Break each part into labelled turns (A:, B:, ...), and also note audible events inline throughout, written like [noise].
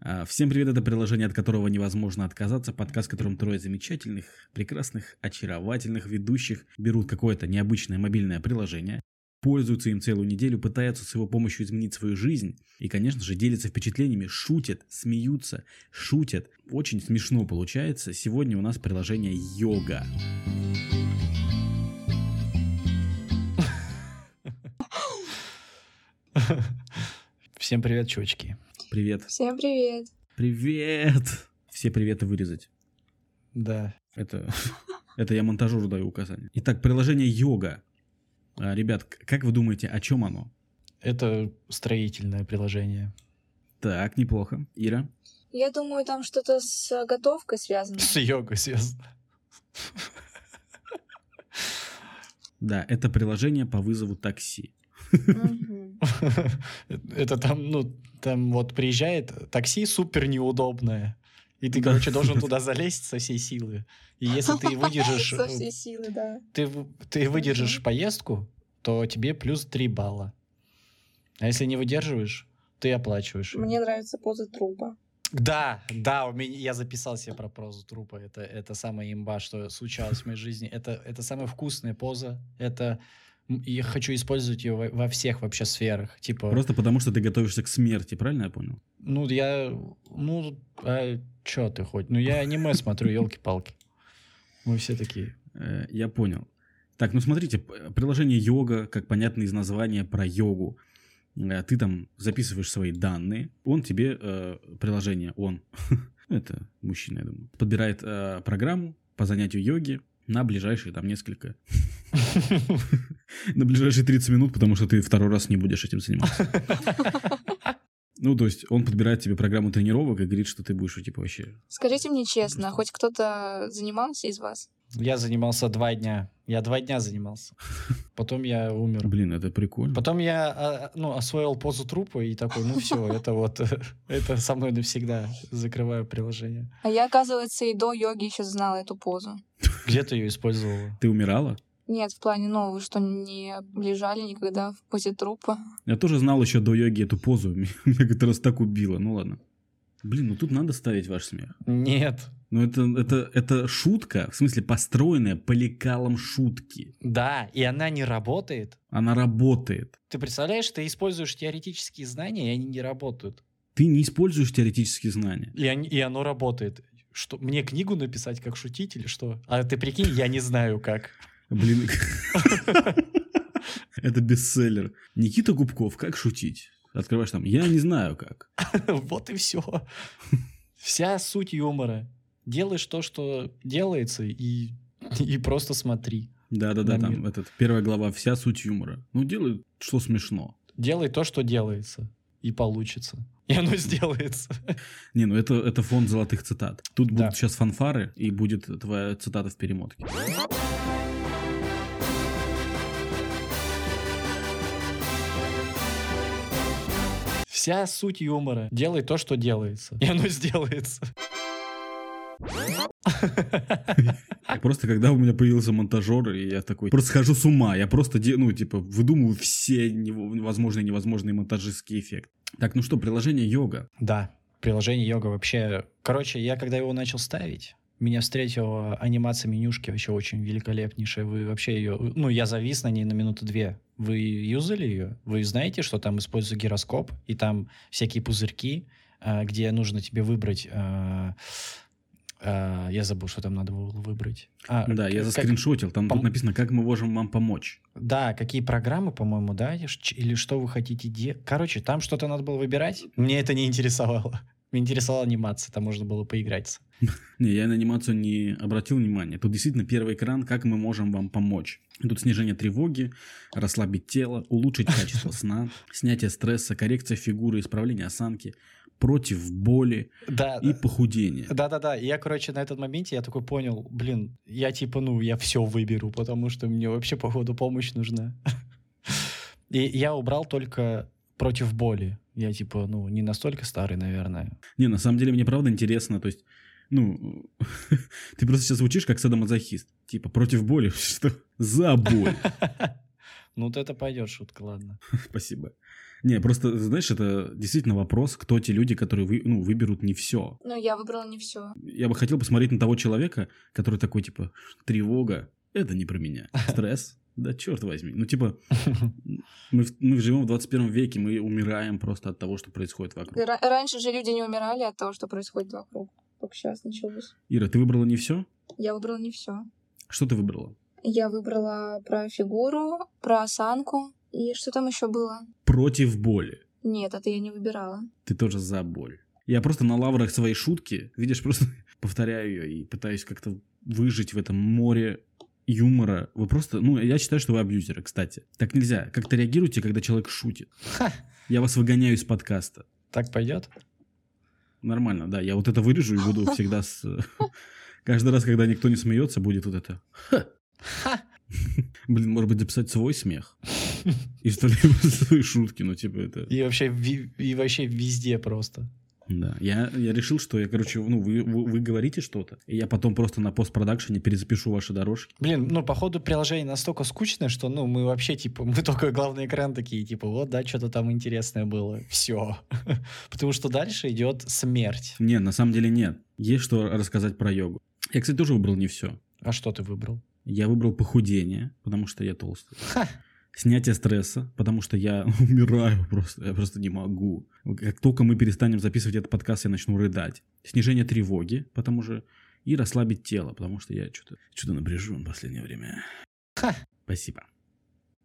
A: А, Всем привет, это приложение, от которого невозможно отказаться, подкаст, в котором трое замечательных, прекрасных, очаровательных ведущих берут какое-то необычное мобильное приложение, пользуются им целую неделю, пытаются с его помощью изменить свою жизнь и, конечно же, делятся впечатлениями, шутят, смеются, шутят. Очень смешно получается. Сегодня у нас приложение йога.
B: Всем привет, чувачки.
A: Привет.
C: Всем привет.
A: Привет! Все приветы вырезать.
B: Да.
A: Это, [laughs] это я монтажеру даю указание. Итак, приложение йога. А, Ребят, к- как вы думаете, о чем оно?
B: Это строительное приложение.
A: Так, неплохо. Ира?
C: Я думаю, там что-то с э, готовкой связано.
B: С йогой связано.
A: Да, это приложение по вызову такси.
C: Мгм.
B: [laughs] Это там, ну, там вот приезжает такси супер неудобное. И ты,
A: Да.
B: короче, должен туда залезть со всей силы. И если ты выдержишь,
C: Со всей силы, да.
B: ты, в- ты выдержишь поездку, то тебе плюс 3 балла. А если не выдерживаешь, ты оплачиваешь. её.
C: Мне нравится поза труба.
B: Да, да, у меня, я записал себе про прозу трупа. Это, это самая имба, что случалось в моей жизни. Это, это самая вкусная поза. Это м, я хочу использовать ее во, во всех вообще сферах. Типа,
A: Просто потому, что ты готовишься к смерти, правильно я понял?
B: ну я, ну, а чё ты хоть? Ну я аниме смотрю, елки-палки. Мы все такие.
A: Э, Я понял. Так, ну смотрите, п- приложение йога, как понятно из названия, про йогу. Э, Ты там записываешь свои данные, он тебе, э, приложение, он, [laughs] ну, это мужчина, я думаю, подбирает э, программу по занятию йоги на ближайшие там несколько, на ближайшие 30 минут, потому что ты второй раз не будешь этим заниматься. Ну, то есть он подбирает тебе программу тренировок и говорит, что ты будешь, типа, вообще...
C: Скажите мне честно, хоть кто-то занимался из вас?
B: Я занимался два дня. Я два дня занимался. Потом я умер.
A: Блин, это прикольно.
B: Потом я а, ну, освоил позу трупа и такой, ну [laughs] все, это вот, э, это со мной навсегда. Закрываю приложение.
C: А я, оказывается, и до йоги еще знала эту позу.
B: Где ты ее использовала?
A: Ты умирала?
C: Нет, в плане, ну, вы что, не лежали никогда в позе трупа?
A: Я тоже знал еще до йоги эту позу. [laughs] Меня как-то раз так убило. Ну ладно. Блин, ну тут надо ставить ваш смех.
B: Нет.
A: Ну это, это, это шутка, в смысле построенная по лекалам шутки.
B: Да, и она не работает.
A: Она работает.
B: Ты представляешь, ты используешь теоретические знания, и они не работают.
A: Ты не используешь теоретические знания.
B: И, они- и оно работает. Что, мне книгу написать как шутить или что? А ты прикинь, я не знаю как. [laughs]
A: Блин. Это бестселлер. Никита Губков, как шутить? Открываешь там, я не знаю как.
B: Вот и все. Вся суть юмора. Делаешь то, что делается, и, и просто смотри.
A: Да-да-да,
B: На
A: там
B: мир.
A: этот, первая глава, вся суть юмора. Ну делай, что смешно.
B: Делай то, что делается, и получится. И оно [laughs] сделается.
A: Не, ну это, это фон золотых цитат. Тут
B: Да.
A: будут сейчас фанфары, и будет твоя цитата в перемотке.
B: Вся суть юмора. Делай то, что делается. И оно сделается. А
A: Я Просто когда у меня появился монтажер, и я такой, просто схожу с ума, я просто, де- ну, типа, выдумываю все нево- возможные и невозможные монтажистские эффекты. Так, ну что, приложение йога.
B: Да, приложение йога вообще... Короче, я когда его начал ставить, меня встретила анимация менюшки, вообще очень великолепнейшая. Вы вообще ее... Ну, я завис на ней на минуту две. Вы юзали ее? Вы знаете, что там используется гироскоп, и там всякие пузырьки, а, где нужно тебе выбрать... а, а, я забыл, что там надо было выбрать. А,
A: да, я
B: как-
A: заскриншотил, там
B: пом-
A: тут написано, как мы можем вам помочь.
B: Да, какие программы, по-моему, да, или ш- или что вы хотите делать. Короче, там что-то надо было выбирать. Мне это не интересовало. [laughs] Меня интересовала анимация, там можно было поиграться.
A: Не, я на анимацию не обратил внимания. Тут действительно первый экран, как мы можем вам помочь. Тут снижение тревоги, расслабить тело, улучшить
B: [laughs]
A: качество сна, снятие стресса, коррекция фигуры, исправление осанки, против боли
B: Да,
A: и похудения.
B: да-да-да. И Я, короче, на этот моменте я такой понял, блин, я типа, ну, я все выберу, потому что мне вообще, походу, помощь нужна. [laughs] И я убрал только против боли. Я типа, ну, не настолько старый, наверное. [laughs]
A: Не, на самом деле мне правда интересно, то есть, ну, [laughs] ты просто сейчас звучишь как садомазохист. Типа, против боли, [laughs] что? За боль.
B: [laughs] Ну, вот это пойдет шутка, ладно.
A: Спасибо. Не, просто, знаешь, это действительно вопрос, кто те люди, которые вы, ну, выберут не все.
C: Ну, я выбрала не все.
A: Я бы хотел посмотреть на того человека, который такой, типа, тревога, это не про меня. Стресс, да черт возьми. Ну, типа, мы, в- мы живем в 21 веке, мы умираем просто от того, что происходит вокруг.
C: Ра- раньше же люди не умирали от того, что происходит вокруг. Только сейчас началось.
A: Ира, ты выбрала не все?
C: Я выбрала не все.
A: Что ты выбрала?
C: Я выбрала про фигуру, про осанку. И что там еще было?
A: Против боли.
C: Нет, это я не выбирала.
A: Ты тоже за боль. Я просто на лаврах своей шутки, видишь, [laughs] просто повторяю ее и пытаюсь как-то выжить в этом море юмора. Вы просто, ну, я считаю, что вы абьюзеры, кстати. Так нельзя. Как-то реагируйте, когда человек шутит.
B: Ха.
A: Я вас выгоняю из подкаста.
B: Так пойдет?
A: Нормально, да. Я вот это вырежу и буду всегда с... [laughs] Каждый раз, когда никто не смеется, будет вот это. «Ха». [laughs] Блин, может быть, записать свой смех? [laughs] И [laughs] что ли свои шутки, ну, типа это...
B: И вообще, ви- и вообще везде просто.
A: Да, я, я решил, что я, короче, ну, вы, вы, вы говорите что-то, и я потом просто на постпродакшене перезапишу ваши дорожки.
B: Блин, ну, походу, приложение настолько скучное, что, ну, мы вообще, типа, мы только главный экран такие, типа, вот, да, что-то там интересное было. Все. [laughs] Потому что дальше идет смерть.
A: Не, на самом деле нет. Есть что рассказать про йогу. Я, кстати, тоже выбрал не все.
B: А что ты выбрал?
A: Я выбрал похудение, потому что я толстый.
B: Ха.
A: Снятие стресса, потому что я [laughs] умираю просто, я просто не могу. Как только мы перестанем записывать этот подкаст, я начну рыдать. Снижение тревоги, потому что... И расслабить тело, потому что я что-то что напряжен в последнее время.
B: Ха.
A: Спасибо.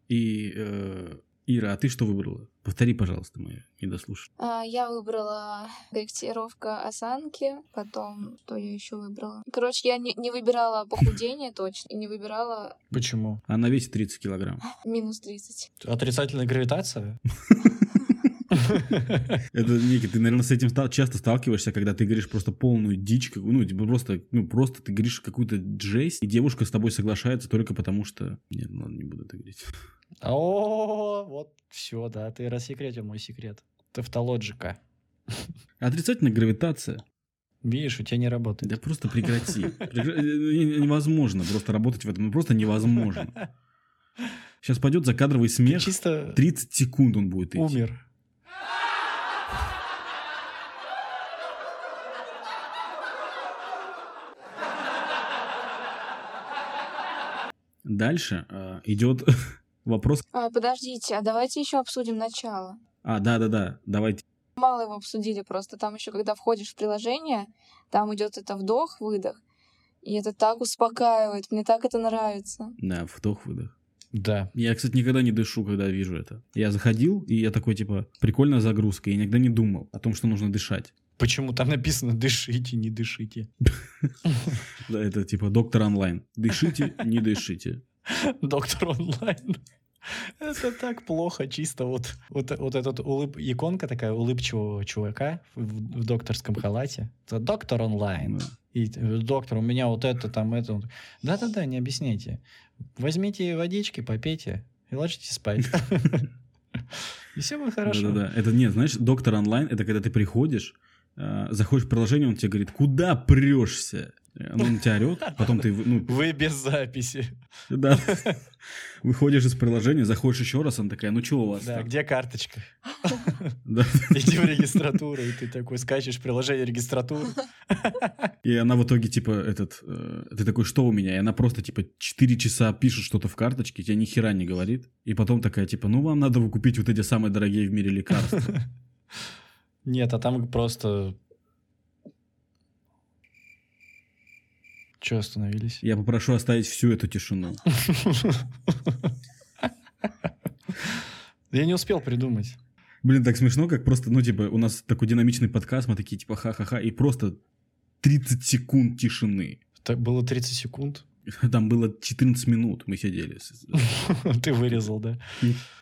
A: И, э, Ира, а ты что выбрала? Повтори, пожалуйста, мы не дослушали.
C: А, Я выбрала корректировка осанки, потом что я еще выбрала. Короче, я не, не выбирала похудение точно, и не выбирала
B: Почему?
A: Она весит 30 килограмм.
C: минус 30.
B: Отрицательная гравитация?
A: Это, Ники, ты, наверное, с этим стал- часто сталкиваешься, когда ты говоришь просто полную дичь, какую- ну, типа просто, ну, просто ты говоришь какую-то жесть, и девушка с тобой соглашается только потому, что... Нет, ну ладно, не буду это говорить.
B: О, вот все, да, ты рассекретил мой секрет. Тавтологика.
A: Отрицательная гравитация.
B: Видишь, у тебя не работает.
A: Да просто прекрати. Прекра- э, э, Невозможно просто работать в этом. Ну, просто невозможно. Сейчас пойдет закадровый
B: Ты
A: смех.
B: чисто
A: 30 секунд он будет идти.
B: умер.
A: Дальше э, идет [laughs] вопрос.
C: А, подождите, а давайте еще обсудим начало.
A: А, да-да-да, давайте.
C: Мало его обсудили просто. Там еще, когда входишь в приложение, там идет это вдох, выдох. И это так успокаивает. Мне так это нравится.
A: Да, вдох-выдох.
B: Да.
A: Я, кстати, никогда не дышу, когда вижу это. Я заходил, и я такой, типа, прикольная загрузка. Я никогда не думал о том, что нужно дышать.
B: Почему там написано «дышите, не дышите»?
A: Да, это типа доктор онлайн. Дышите, не дышите.
B: Доктор онлайн. Это так плохо, чисто вот, вот, вот этот улыб... иконка такая улыбчивого чувака в, в докторском халате. Это доктор онлайн.
A: Да.
B: И э, доктор, у меня вот это, там это. Он- Да-да-да, не объясняйте. Возьмите водички, попейте и ложитесь спать. И все будет хорошо.
A: Да-да-да. Это нет, знаешь, доктор онлайн, это когда ты приходишь, э, заходишь в приложение, он тебе говорит, куда прешься? Э, ну, Он тебя орет, потом ты,
B: [laughs]
A: ну,
B: Вы без записи.
A: да, выходишь из приложения, заходишь еще раз, она такая, ну чего у вас
B: Да,
A: так?»
B: где карточка?
A: Да.
B: Иди в регистратуру, и ты такой скачешь приложение регистратуры.
A: И она в итоге, типа, этот, э, ты такой, что у меня? И она просто, типа, 4 часа пишет что-то в карточке, тебе ни хера не говорит. И потом такая, типа, ну вам надо вы купить вот эти самые дорогие в мире лекарства.
B: Нет, а там просто... Че остановились? [laughs]
A: Я попрошу оставить всю эту тишину.
B: Я не успел придумать.
A: Блин, так смешно, как просто, ну, типа, у нас такой динамичный подкаст, мы такие, типа, ха-ха-ха, и просто 30 секунд тишины.
B: Так было 30 секунд. [laughs]
A: Там было 14 минут мы сидели. с-
B: Ты вырезал, да?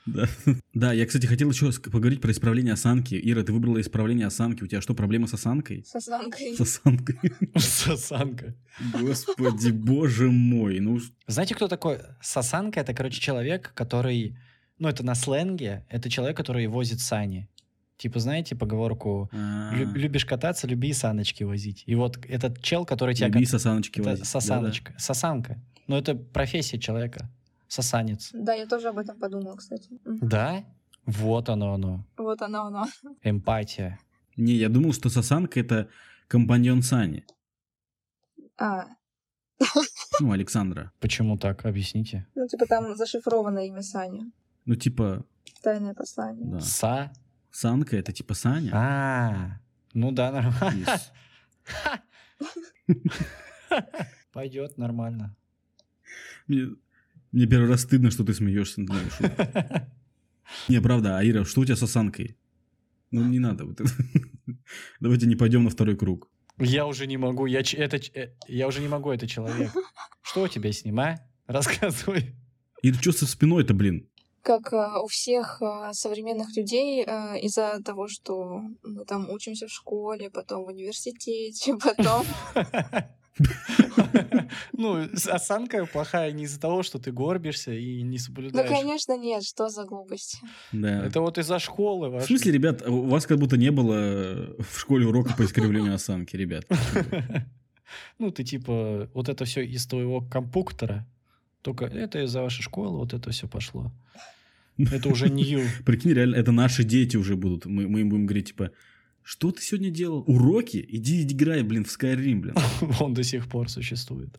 A: Да. Да, я, кстати, хотел еще ск- поговорить про исправление осанки. Ира, ты выбрала исправление осанки. У тебя что, проблема с осанкой?
C: С осанкой.
A: [laughs] С осанкой?
B: Сосанка.
A: Господи, боже мой, ну ш-
B: Знаете, кто такой? Сосанка — это, короче, человек, который... Ну, это на сленге. Это человек, который возит сани. Типа, знаете поговорку
A: а,
B: «Лю- «любишь кататься, люби и саночки возить». И вот этот чел, который тебя...
A: люби
B: кат-
A: сосаночки
B: Это
A: возить.
B: сосаночка. Сосанка. Ну, это профессия человека. Сосанец.
C: Да, я тоже об этом подумала, кстати. Мгм.
B: Да? Вот оно оно.
C: Вот оно, оно.
B: Эмпатия.
A: Не, я думал, что Сосанка это компаньон Сани.
C: А,
A: Ну, Александра.
B: Почему так? Объясните.
C: ну, типа там зашифровано имя Саня.
A: Ну, типа,
C: Тайное послание.
A: да.
B: Са.
A: Санка это типа Саня.
B: А. Ну да,
A: И
B: нормально.
A: с-
B: Пойдет нормально. [laughs]
A: Мне, мне первый раз стыдно, что ты смеешься над моей шуткой. Не, правда, Аира, что у тебя с осанкой? Ну, не надо вот это. [laughs] Давайте не пойдем на второй круг.
B: Я уже не могу, я, ч- это, ч- э, я уже не могу, это человек. Что у тебя с ним, а? Рассказывай. [laughs]
A: И что со спиной-то, блин?
C: Как э, у всех э, современных людей э, из-за того, что мы там учимся в школе, потом в университете, [laughs] потом...
B: Ну, с- осанка плохая не из-за того, что ты горбишься и не
C: Ну,
B: соблюдаешь.
C: конечно, нет, что за глупость.
A: Да.
B: Это вот из-за школы.
A: В
B: вашей.
A: смысле, ребят, у вас как будто не было э, в школе урока по искривлению осанки, ребят.
B: [laughs] Ну, ты типа, вот это все из твоего компуктора. Только это из-за вашей школы, вот это все пошло. Это уже нью.
A: Прикинь, реально, это наши дети уже будут. Мы, мы им будем говорить, типа, что ты сегодня делал? Уроки? Иди играй, блин, в Skyrim, блин.
B: [laughs] Он до сих пор существует.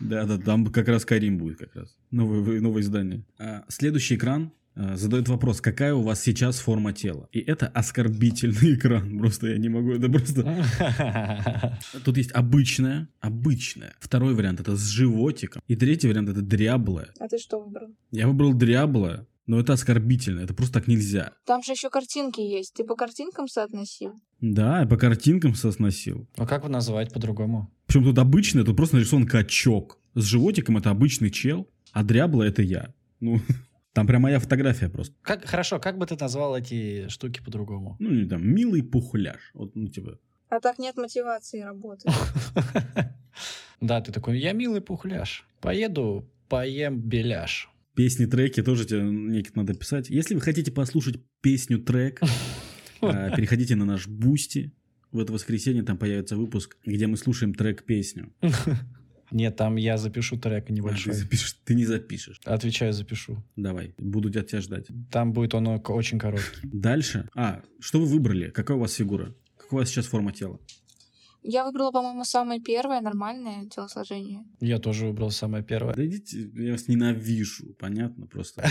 A: Да, да, там как раз Карим будет как раз. Новое, вы- новое издание. А, следующий экран а, задает вопрос, какая у вас сейчас форма тела? И это оскорбительный [laughs] экран. Просто я не могу, это
B: [laughs]
A: просто...
B: А
A: Тут есть обычная, обычная. Второй вариант это с животиком. И третий вариант это дряблая.
C: А ты что выбрал?
A: Я выбрал дряблая, но это оскорбительно. Это просто так нельзя.
C: Там же еще картинки есть. Ты по картинкам соотносил?
A: Да, я по картинкам сосносил.
B: А как вы назвать по-другому?
A: Причем тут обычное, тут просто нарисован качок. С животиком это обычный чел, а дряблая это я. Ну, [laughs] там прям моя фотография просто.
B: Как, хорошо, как бы ты назвал эти штуки
A: [laughs]
B: по-другому?
A: Ну, или там, милый пухляж. Вот, ну, типа,
C: А так нет мотивации работать.
B: Да, ты такой, я милый пухляш. Поеду, поем беляш.
A: песни, треки тоже тебе некие надо писать. Если вы хотите послушать песню, трек, э, переходите на наш Бусти. В это воскресенье там появится выпуск, где мы слушаем трек-песню.
B: Нет, там я запишу трек
A: А, Ты,
B: небольшой.
A: запишешь, ты не запишешь.
B: Отвечаю, запишу.
A: Давай, буду от тебя ждать.
B: Там будет он о- очень короткий.
A: Дальше. А, что вы выбрали? Какая у вас фигура? Какая у вас сейчас форма тела?
C: [laughs] Я выбрала, по-моему, самое первое нормальное телосложение.
B: Я тоже выбрал самое первое.
A: Да идите, я вас ненавижу, понятно, просто.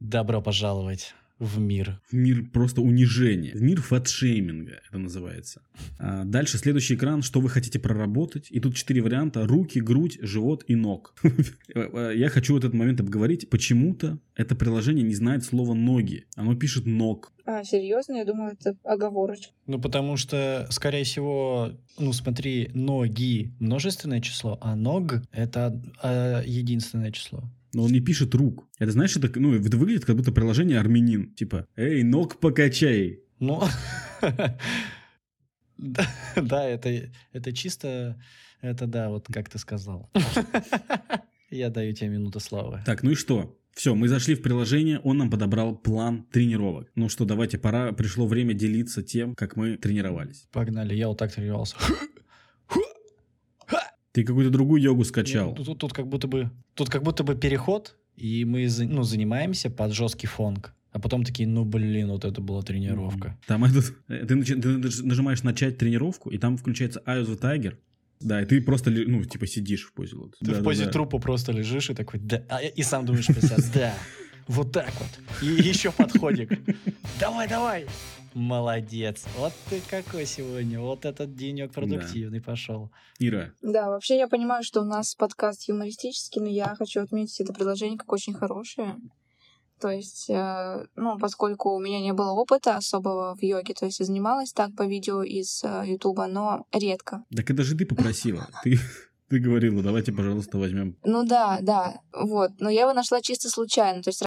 B: Добро пожаловать в мир.
A: В мир просто унижения. В мир фэтшейминга это называется. А, дальше следующий экран, что вы хотите проработать. И тут четыре варианта. Руки, грудь, живот и ног. [laughs] Э, Я хочу вот этот момент обговорить. Почему-то это приложение не знает слова «ноги». Оно пишет «ног».
C: А, серьезно? Я думаю, это оговорочка.
B: Ну, потому что, скорее всего, ну, смотри, ноги — множественное число, а ног — это э, единственное число.
A: Но он не пишет «рук». Это, знаешь, это, ну, это выглядит как будто приложение «армянин». Типа «Эй, ног покачай».
B: Ну, [laughs] да, да, это, это чисто, это да, вот как ты сказал. Я даю тебе минуту славы.
A: Так, ну и что? Все, мы зашли в приложение, он нам подобрал план тренировок. Ну что, давайте, пора, пришло время делиться тем, как мы тренировались.
B: Погнали, я вот так тренировался. Ну,
A: Ты какую-то другую йогу скачал.
B: Нет, Тут, тут как будто бы, тут как будто бы переход, и мы за- ну, занимаемся под жесткий фонг. А потом такие, ну блин, вот это была тренировка.
A: Там этот, э, ты, начи- ты наж- нажимаешь начать тренировку, и там включается Eye of the Tiger. Да, и ты просто, ли- ну, типа сидишь в позе. вот.
B: Ты
A: Да,
B: в
A: да,
B: позе
A: да.
B: трупа просто лежишь и такой, да, а- и сам думаешь про себя, да, вот так вот. И еще подходик. Давай, давай. Молодец. Вот ты какой сегодня. Вот этот денек продуктивный пошел.
A: Ира,
C: Да, вообще я понимаю, что у нас подкаст юмористический, но я хочу отметить это приложение как очень хорошее. То есть, э, ну, поскольку у меня не было опыта особого в йоге, то есть я занималась так по видео из э, Ютуба, но редко.
A: так это же ты попросила. [laughs] Ты, ты говорила, давайте, пожалуйста, возьмем.
C: Ну да, да, вот. Но я его нашла чисто случайно, то есть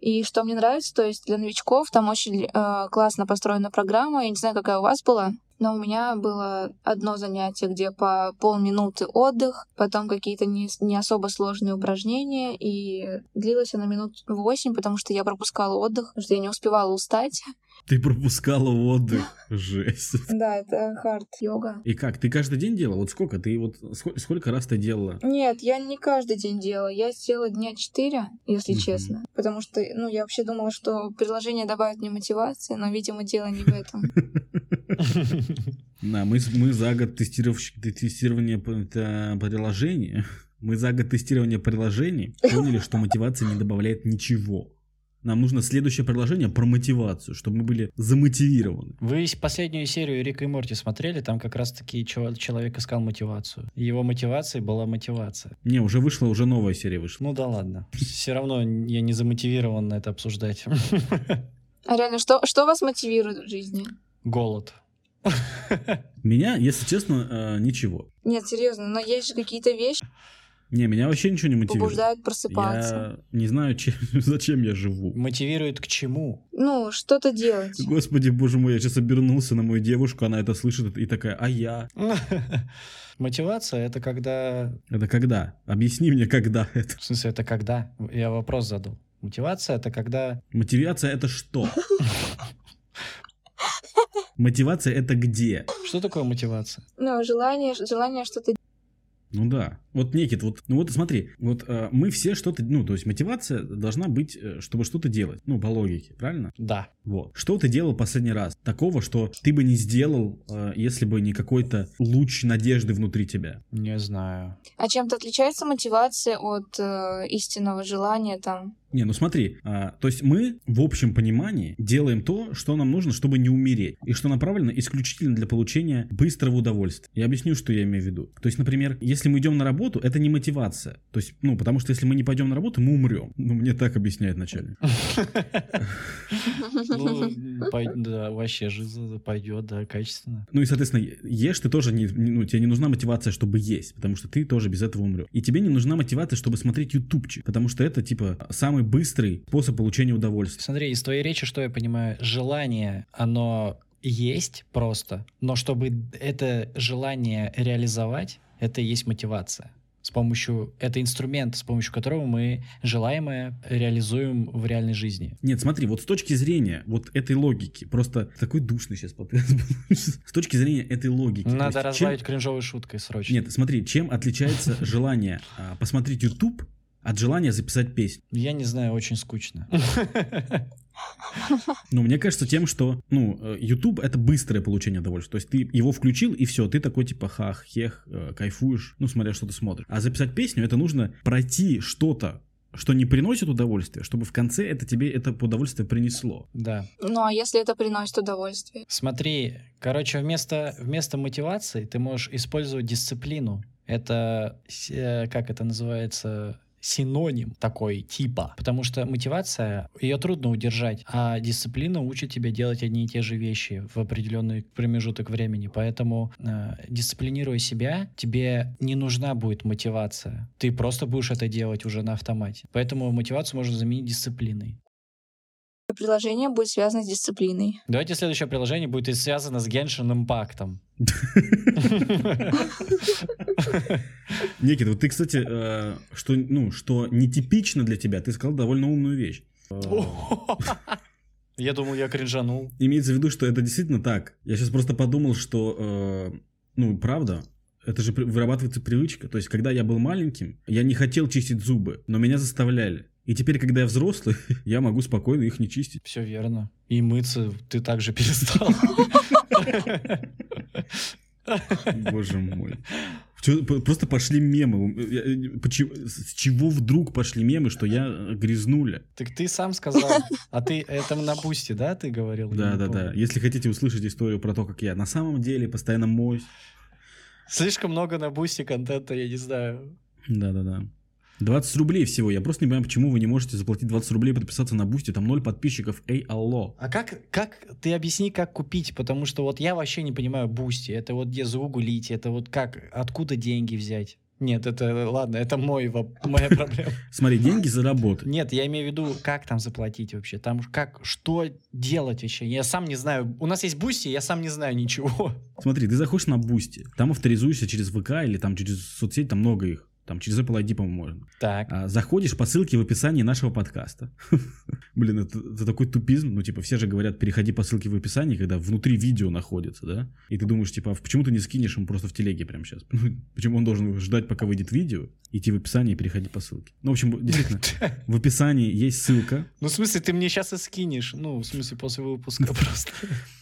C: и что мне нравится, то есть для новичков там очень э, классно построена программа. Я не знаю, какая у вас была, но у меня было одно занятие, где по полминуты отдых, потом какие-то не, не особо сложные упражнения, и длилось оно минут восемь, потому что я пропускала отдых, потому что я не успевала устать.
A: Ты пропускала отдых. [laughs] Жесть.
C: Да, это хард-йога.
A: И как? Ты каждый день делала? Вот сколько? Ты вот ск- сколько раз ты делала?
C: Нет, я не каждый день делала. Я сделала дня 4, если
A: Мгм.
C: честно. Потому что, ну, я вообще думала, что приложение добавит мне мотивации, но, видимо, дело не
A: [laughs]
C: в этом.
A: Да, мы, с- мы за год тестировщик, те- тестирование п- это приложения. Мы за год тестирования приложений поняли, что мотивация не добавляет ничего. Нам нужно следующее приложение про мотивацию, чтобы мы были замотивированы.
B: Вы с- последнюю серию Рика и Морти смотрели, там как раз-таки чел- человек искал мотивацию. Его мотивацией была мотивация.
A: Не, уже вышла, уже новая серия вышла.
B: Ну да ладно. Все равно я не замотивирован на это обсуждать.
C: А реально, что, что вас мотивирует в жизни?
B: Голод.
A: Меня, если честно, э, ничего.
C: Нет, серьезно, но есть же какие-то вещи,
A: Не, меня вообще ничего не мотивирует.
C: побуждают просыпаться.
A: Я не знаю, чем- [laughs] зачем я живу.
B: Мотивирует к чему? [laughs]
C: Ну, что-то делать.
A: Господи, боже мой, я сейчас обернулся на мою девушку, она это слышит и такая, а я?
B: Мотивация — это когда...
A: Это когда? Объясни мне, когда это?
B: В смысле, это когда? Я вопрос задал. Мотивация — это когда...
A: Мотивация это что? Мотивация это где?
B: Что такое мотивация?
C: Ну, желание, желание что-то
A: Ну да. Вот Никит, вот, ну вот смотри, вот э, мы все что-то, ну то есть мотивация должна быть, э, чтобы что-то делать, ну по логике, правильно?
B: Да.
A: Вот. Что ты делал последний раз такого, что ты бы не сделал, э, если бы не какой-то луч надежды внутри тебя?
B: Не знаю.
C: А чем-то отличается мотивация от э, истинного желания там?
A: Не, ну смотри, а, то есть мы в общем понимании делаем то, что нам нужно, чтобы не умереть, и что направлено исключительно для получения быстрого удовольствия. Я объясню, что я имею в виду. То есть, например, если мы идем на работу, это не мотивация. То есть, ну, потому что если мы не пойдем на работу, мы умрем. Ну, мне так объясняет начальник.
B: [laughs] [laughs] Ну, пой- да, вообще жизнь пойдет, да, качественно.
A: Ну и, соответственно, е- ешь ты тоже, не, не- ну, тебе не нужна мотивация, чтобы есть, потому что ты тоже без этого умрешь. И тебе не нужна мотивация, чтобы смотреть ютубчик, потому что это, типа, самый быстрый способ получения удовольствия.
B: Смотри, из твоей речи, что я понимаю, желание, оно есть просто, но чтобы это желание реализовать, это и есть мотивация. С помощью, это инструмент, с помощью которого мы желаемое реализуем в реальной жизни.
A: Нет, смотри, вот с точки зрения вот этой логики, просто такой душный сейчас подкаст был. С точки зрения этой логики. то
B: Надо
A: есть чем-
B: разбавить кринжовой шуткой срочно.
A: Нет, смотри, чем отличается желание а, посмотреть YouTube от желания записать песню?
B: Я не знаю, очень скучно.
A: Ну, мне кажется, тем, что, ну, э, YouTube это быстрое получение удовольствия. То есть ты его включил, и все, ты такой типа хах, хех, э, кайфуешь, ну, смотря что ты смотришь. А записать песню, это нужно пройти что-то, что не приносит удовольствия, чтобы в конце это тебе это удовольствие принесло.
B: Да.
C: [laughs] Ну, а если это приносит удовольствие?
B: Смотри, короче, вместо, вместо мотивации ты можешь использовать дисциплину. Это, с- э, как это называется, синоним такой типа. Потому что мотивация, ее трудно удержать, а дисциплина учит тебя делать одни и те же вещи в определенный промежуток времени. Поэтому, э, дисциплинируя себя, тебе не нужна будет мотивация. Ты просто будешь это делать уже на автомате. Поэтому мотивацию можно заменить дисциплиной.
C: Приложение будет связано с дисциплиной.
B: Давайте следующее приложение будет и связано с Genshin Impact.
A: Никит, вот ты, кстати, э, что, ну, что нетипично для тебя, ты сказал довольно умную вещь.
B: Я думал, я кринжанул.
A: Имеется в виду, что это действительно так. Я сейчас просто подумал, что, э, ну, правда, это же при- вырабатывается привычка. То есть, когда я был маленьким, я не хотел чистить зубы, но меня заставляли. И теперь, когда я взрослый, [laughs] я могу спокойно их не чистить.
B: Все верно. И мыться ты также перестал.
A: Боже мой. Чё- п- Просто пошли мемы. Я- я- почему- С чего вдруг пошли мемы, что я э, грязнуля?
B: Так ты сам сказал. А ты это на бусте, да, ты говорил? Я
A: Да,
B: не
A: да,
B: помню.
A: да. Если хотите услышать историю про то, как я на самом деле постоянно моюсь.
B: Слишком много на бусте контента, я не знаю.
A: Да, да, да. 20 рублей всего. Я просто не понимаю, почему вы не можете заплатить 20 рублей, подписаться на Бусти. Там 0 подписчиков. Эй, алло.
B: А как, как, ты объясни, как купить, потому что вот я вообще не понимаю бусти, это вот где загуглить, это вот как, откуда деньги взять? Нет, это, ладно, это мой, воп- [laughs] моя проблема.
A: Смотри, деньги заработать.
B: Нет, я имею в виду, как там заплатить вообще, там ж как, что делать вообще, я сам не знаю, у нас есть бусти, я сам не знаю ничего. [laughs]
A: Смотри, ты заходишь на Бусти, там авторизуешься через ВК или там через соцсеть, там много их. Там через Apple ID, по-моему, можно.
B: Так.
A: А, Заходишь по ссылке в описании нашего подкаста. [laughs] Блин, это, это такой тупизм. Ну, типа, все же говорят, переходи по ссылке в описании, когда внутри видео находится, да? И ты думаешь, типа, а почему ты не скинешь им просто в телеге прямо [laughs] сейчас? почему он должен ждать, пока выйдет видео, идти в описание и переходить по ссылке? Ну, в общем, действительно, в описании есть ссылка.
B: [laughs] Ну, в смысле, ты мне сейчас и скинешь. Ну, в смысле, после выпуска [laughs] просто.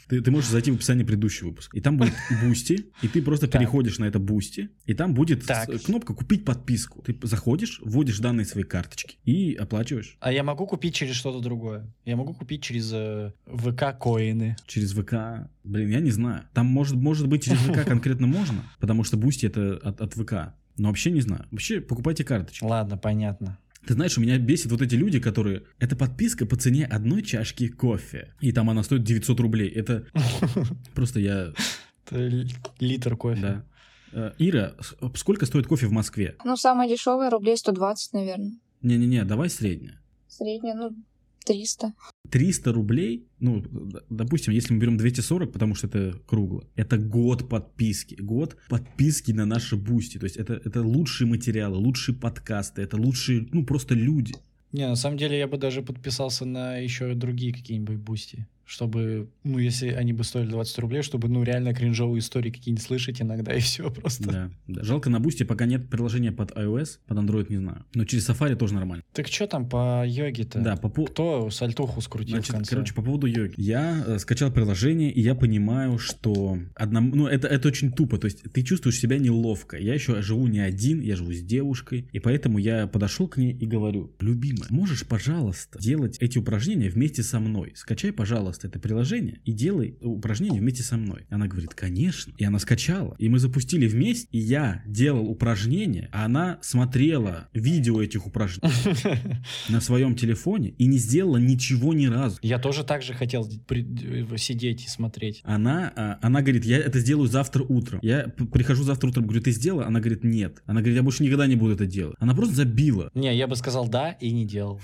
A: Ты, ты можешь зайти в описание предыдущего выпуска. И там
B: [laughs]
A: будет бусти, и ты просто
B: Так.
A: переходишь на это бусти, и там будет с-
B: Так.
A: кнопка «Купить подписку». Ты заходишь, вводишь данные своей карточки и оплачиваешь
B: А я могу купить через что-то другое? Я могу купить через э, ВК коины.
A: через ВК. Блин, я не знаю. Там, может, может быть, через
B: [laughs]
A: ВК конкретно можно, потому что бусти — это от, от ВК. Но вообще не знаю. Вообще покупайте карточки.
B: Ладно, понятно. [laughs]
A: Ты знаешь, у меня бесит вот эти люди, которые... Это подписка по цене одной чашки кофе. И там она стоит 900 рублей. Это просто я...
B: Это э, л- Литр кофе.
A: Да. Э, Ира, с- сколько стоит кофе в Москве?
C: Ну, самое дешевое рублей 120, наверное.
A: Не-не-не, давай среднее.
C: Среднее, ну, 300.
A: 300 рублей, ну, д- допустим, если мы берем 240, потому что это кругло, это год подписки, год подписки на наши бусти, то есть это, это лучшие материалы, лучшие подкасты, это лучшие, ну, просто люди.
B: Не, на самом деле я бы даже подписался на еще другие какие-нибудь бусти. Чтобы, ну, если они бы стоили 20 рублей, чтобы, ну, реально кринжовые истории какие-нибудь слышать иногда, и все просто.
A: Да, да. Жалко, на бусте пока нет приложения под iOS, под Android не знаю, но через Safari тоже нормально.
B: Так что там по йоге-то?
A: Да, по пу-
B: Кто сальтуху скрутил в
A: Значит,
B: конце?
A: короче, по поводу йоги. Я э, скачал приложение, и я понимаю, что одному... Ну, это, это очень тупо. То есть ты чувствуешь себя неловко. Я еще живу не один, я живу с девушкой. И поэтому я подошел к ней и говорю, любимая, можешь, пожалуйста, делать эти упражнения вместе со мной? Скачай, пожалуйста, это приложение и делай упражнения вместе со мной. Она говорит, конечно. И она скачала. И мы запустили вместе, и я делал упражнения, а она смотрела видео этих упражнений на своем телефоне и не сделала ничего ни разу.
B: [laughs] Я тоже так же хотел при- э, сидеть и смотреть.
A: Она, а, она говорит, я это сделаю завтра утром. Я п- прихожу завтра утром, говорю, ты сделала? Она говорит, нет. Она говорит, я больше никогда не буду это делать. Она просто забила.
B: Не, я бы сказал да и не делал.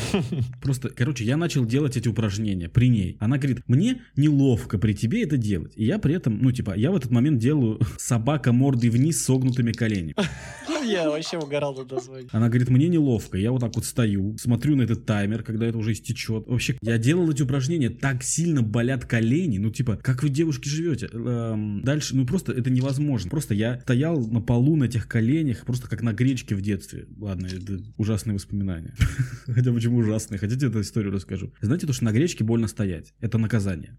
B: [laughs]
A: Просто, короче, я начал делать эти упражнения при ней. Она говорит, мне неловко при тебе это делать. И я при этом, ну, типа, я в этот момент делаю [laughs] собака мордой вниз с согнутыми коленями.
B: Я вообще угорал
A: [laughs]
B: над названием.
A: Она говорит, мне неловко. Я вот так вот стою, смотрю на этот таймер, когда это уже истечет. Вообще, я делал эти упражнения, так сильно болят колени. Ну, типа, как вы, девушки, живете? Эм, дальше, ну, просто это невозможно. Просто я стоял на полу на этих коленях, просто как на гречке в детстве. Ладно, это ужасные воспоминания. [laughs] Хотя почему ужасные? Хотите, эту историю расскажу? Знаете, то, что на гречке больно стоять. Это наказание.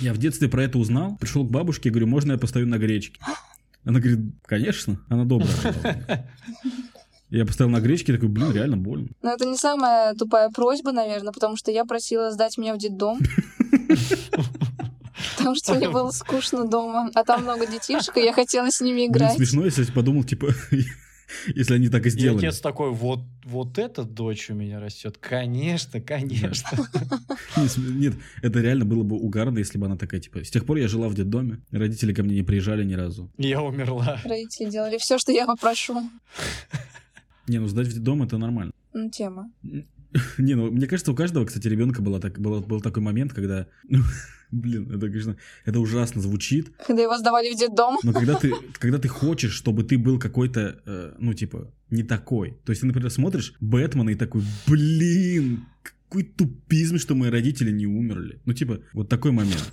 A: Я в детстве про это узнал, пришел к бабушке и говорю, можно я постою на гречке? Она говорит, конечно, она добрая. была. Я поставил на гречке, такой, блин, реально больно.
C: Но это не самая тупая просьба, наверное, потому что я просила сдать меня в детдом. [laughs] Потому что мне было скучно дома, а там много детишек, и я хотела с ними
A: Блин,
C: играть.
A: смешно, если я подумал, типа, [laughs] если они так и
B: И
A: сделали.
B: отец такой, вот, вот эта дочь у меня растет. Конечно, конечно.
A: Не, см- Нет, это реально было бы угарно, если бы она такая, типа, с тех пор я жила в детдоме, родители ко мне не приезжали ни разу.
B: Я умерла.
C: Родители делали все, что я попрошу.
A: Не, ну сдать в детдом это нормально. [laughs]
C: Ну, тема.
A: Не, ну мне кажется, у каждого, кстати, ребенка была так, была, был такой момент, когда, [laughs] ну, блин, это, конечно, это ужасно звучит,
C: Когда его сдавали в детдом,
A: Но когда ты, когда ты хочешь, чтобы ты был какой-то, э, ну, типа, не такой. То есть ты, например, смотришь Бэтмена и такой, блин, какой тупизм, что мои родители не умерли. Ну, типа, вот такой момент.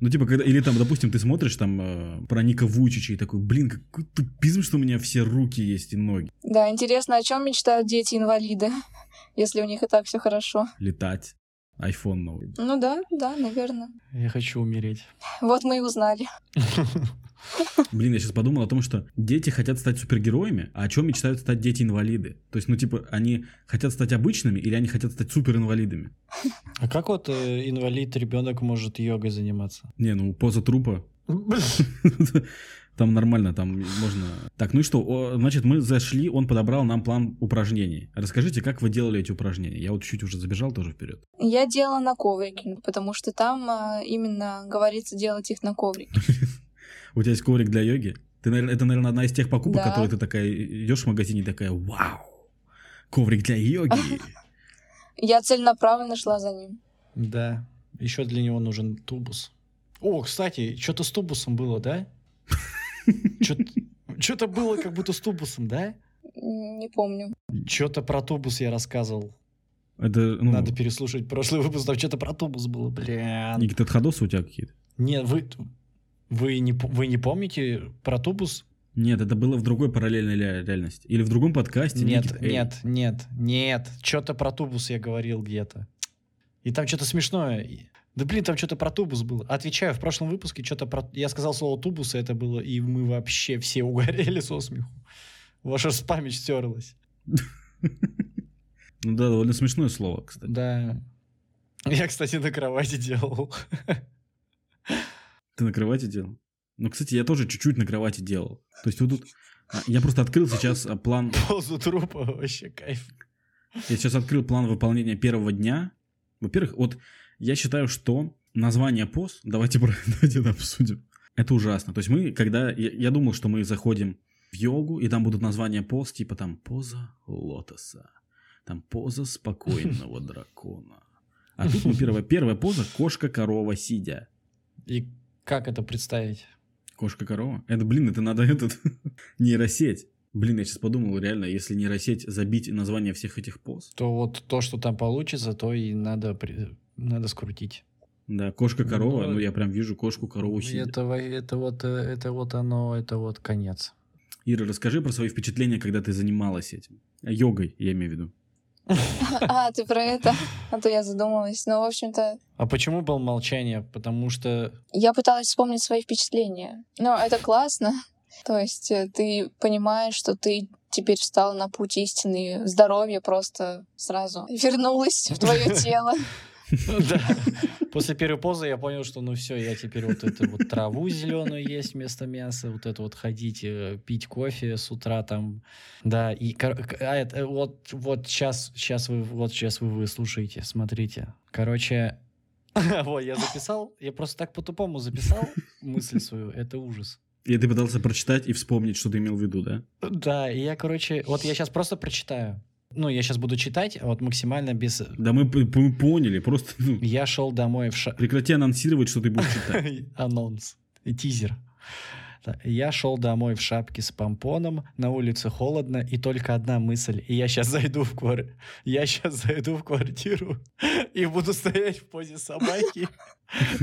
A: Ну, типа, когда, или там, допустим, ты смотришь там э, про Ника Вучича и такой, блин, какой тупизм, что у меня все руки есть и ноги.
C: Да, интересно, о чем мечтают дети-инвалиды, [laughs] если у них и так все хорошо.
A: Летать. Айфон новый.
C: Ну да, да, наверное.
B: Я хочу умереть.
C: Вот мы и узнали.
A: Блин, я сейчас подумал о том, что дети хотят стать супергероями, а о чем мечтают стать дети-инвалиды? То есть, ну, типа, они хотят стать обычными или они хотят стать суперинвалидами?
B: А как вот э, инвалид ребенок может йогой [laughs] заниматься?
A: Не, ну поза трупа. [laughs]
B: Блин.
A: Там нормально, там можно. Так, ну и что? О, Значит, мы зашли, он подобрал нам план упражнений. Расскажите, как вы делали эти упражнения? Я вот чуть-чуть уже забежал тоже вперед.
C: Я делала на коврике, потому что там а, именно говорится делать их на коврике.
A: У тебя есть коврик для йоги? Ты, наверно- это, наверное, одна из тех покупок,
C: Да.
A: которые ты такая идешь в магазине и такая, вау, коврик для йоги.
C: Я целенаправленно шла за ним.
B: Да. Еще для него нужен [laughs] тубус. О, кстати, что-то с тубусом было, да? Чё-то- Что-то было как будто с тубусом, да?
C: Не помню.
B: Что-то про тубус я рассказывал.
A: Это, ну,
B: Надо переслушать прошлый выпуск, там что-то про тубус было, блин.
A: Никита, это ходосы у тебя какие-то?
B: Нет, вы, вы, не, п- вы не помните про тубус?
A: Нет, это было в другой параллельной ля- реальности. Или в другом подкасте. э,
B: Нет,
A: Никит, эй.
B: нет, нет, нет. Что-то про тубус я говорил где-то. И там что-то смешное. И- Да блин, там что-то про тубус было. Отвечаю, в прошлом выпуске что-то про... Я сказал слово тубус, и это было, и мы вообще все [laughs] угорели со смеху. Ваша ж память стерлась.
A: Ну да, довольно смешное слово, кстати.
B: Да. Я, кстати, на кровати делал. [laughs]
A: Ты на кровати делал? Ну, кстати, я тоже чуть-чуть на кровати делал. То есть вот тут... а, Я просто открыл сейчас а, план...
B: Позу трупа, вообще кайф.
A: Я сейчас открыл план выполнения первого дня. Во-первых, вот я считаю, что название пост, давайте, про- давайте это [laughs] обсудим. Это ужасно. То есть мы, когда... Я, я думал, что мы заходим в йогу, и там будут названия пост, типа там поза лотоса, там поза спокойного дракона. А тут мы первая, первая поза кошка-корова сидя.
B: И как это представить?
A: Кошка-корова? Это, блин, это надо этот... [laughs] нейросеть. Блин, я сейчас подумал, реально, если нейросеть забить название всех этих поз.
B: То вот то, что там получится, то и надо, при- надо скрутить.
A: Да, кошка-корова,
B: Ну,
A: ну я прям вижу кошку-корову
B: И
A: сидя.
B: Ну, Это, во- это вот, э, это вот оно, это вот конец.
A: Ира, расскажи про свои впечатления, когда ты занималась этим. Йогой, я имею в виду.
C: [laughs] А, ты про это? А то я задумалась. Ну, в общем-то,
B: А почему было молчание? Потому что... [laughs]
C: я пыталась вспомнить свои впечатления. Но это классно. [laughs] То есть э, ты понимаешь, что ты теперь встал на путь истины. Здоровье просто сразу вернулось в твое тело.
B: ну Да. После первой позы я понял, что ну все, я теперь вот эту вот траву зеленую есть вместо мяса, вот это вот ходить, э, пить кофе с утра там, да, и кор- к- а это, э, вот, вот сейчас, сейчас вы, вот сейчас вы, вы слушаете, смотрите. Короче, [laughs] вот я записал, я просто так по-тупому записал мысль свою, это ужас.
A: И ты пытался прочитать и вспомнить, что ты имел в виду, да?
B: Да, и я, короче, вот я сейчас просто прочитаю. Ну, я сейчас буду читать, а вот максимально без...
A: Да мы, п- п- мы поняли, просто ну,
B: Я шел домой в ша...
A: прекрати анонсировать, что ты будешь
B: [laughs]
A: читать.
B: Анонс. И Тизер. Да, Я шел домой в шапке с помпоном, на улице холодно, и только одна мысль. И я сейчас зайду в квар... Я сейчас зайду в квартиру [laughs] и буду стоять в позе собаки.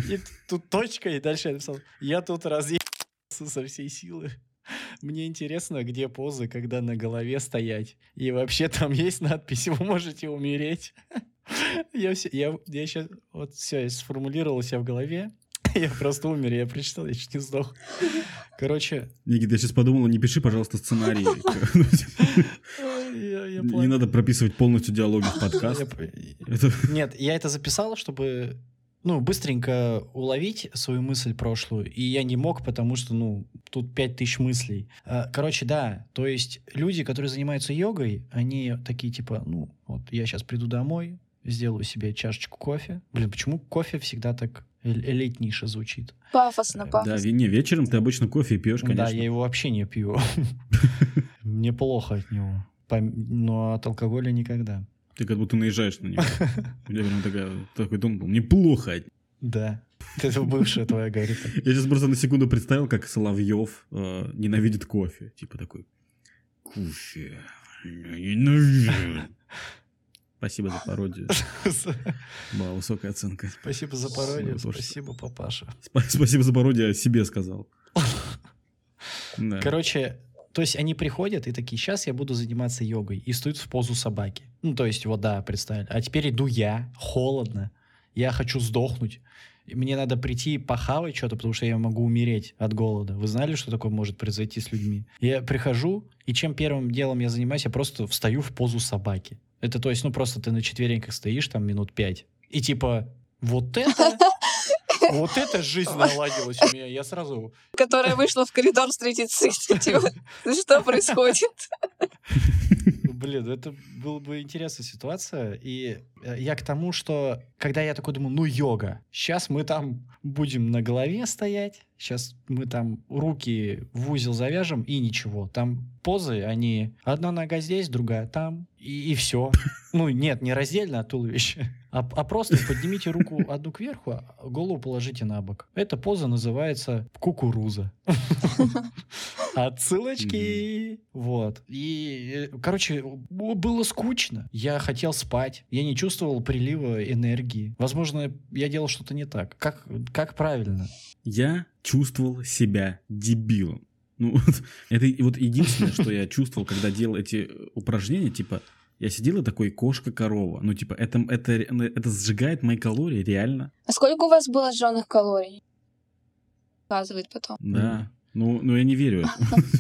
B: И тут точка, и дальше я написал, я тут разъебался со всей силы. Мне интересно, где позы, когда на голове стоять. И вообще там есть надпись, вы можете умереть. [laughs] Я, все, я, я сейчас вот все, я сформулировал себя в голове. [laughs] Я просто умер, я прочитал, я чуть не сдох. Короче,
A: Никита, я сейчас подумал, не пиши, пожалуйста,
B: [laughs]
A: сценарий.
B: ой, я, я
A: [laughs] Не
B: плакал.
A: надо прописывать полностью диалоги в
B: [laughs] Я
A: подкаст.
B: п-
A: Это-
B: Нет, я это записал, чтобы ну, быстренько уловить свою мысль прошлую, и я не мог, потому что, ну, тут пять тысяч мыслей. А, Короче, да, то есть люди, которые занимаются йогой, они такие, типа, ну, вот я сейчас приду домой, сделаю себе чашечку кофе. Блин, почему кофе всегда так эль- элитнейше звучит?
C: Пафосно,
A: Да,
C: пафосно.
A: ве- не, вечером ты обычно кофе пьешь,
B: Да, я
A: конечно.
B: его вообще не [laughs] пью. Мне плохо от него. Пом- Но от алкоголя никогда.
A: Ты как будто наезжаешь на него. У меня прям такая- такой дом был. Неплохо,
B: Да. Это бывшая твоя говорит.
A: Я сейчас просто на секунду представил, как Соловьев э, ненавидит кофе. Типа такой, кофе, я ненавижу. Спасибо за пародию. Была высокая оценка.
B: [laughs] Спасибо за
A: пародию,
B: пародию,
A: Ой, боже.
B: спасибо, папаша.
A: Спа- Спасибо за пародию, я себе сказал. Да.
B: Короче, то есть они приходят и такие, сейчас я буду заниматься йогой, и стоят в позу собаки. Ну, то есть, вот да, представили. А теперь иду я, холодно, я хочу сдохнуть. И Мне надо прийти и похавать что-то, потому что я могу умереть от голода. Вы знали, что такое может произойти с людьми? Я прихожу, и чем первым делом я занимаюсь, я просто встаю в позу собаки. Это то есть, ну, просто ты на четвереньках стоишь там минут пять, и типа, вот это... Вот это жизнь наладилась у меня. Я сразу
C: Которая вышла в коридор встретиться с этим. Ну, Что происходит?
B: Блин, ну это была бы интересная ситуация. И э, я к тому, что когда я такой думаю, ну йога, сейчас мы там будем на голове стоять, сейчас мы там руки в узел завяжем и ничего. Там позы, они одна нога здесь, другая там, и, все. Ну нет, не раздельно от туловища, [laughs] а, а просто поднимите руку одну кверху, а голову положите на бок. Эта поза называется кукуруза. [laughs] Отсылочки. Вот. И, э, короче, б- было скучно. Я хотел спать. Я не чувствовал прилива энергии. Возможно, я делал что-то не так. Как, как правильно?
A: Я чувствовал себя дебилом. Ну, [laughs] вот, это и- вот единственное, что я чувствовал, когда делал эти э, упражнения, типа, я сидел и такой, кошка-корова. Ну, типа, это, это, ре- ну, это сжигает мои калории, реально.
C: А сколько у вас было сжженных калорий? Показывает потом.
A: Да. Ну, ну я не верю. этому. [laughs]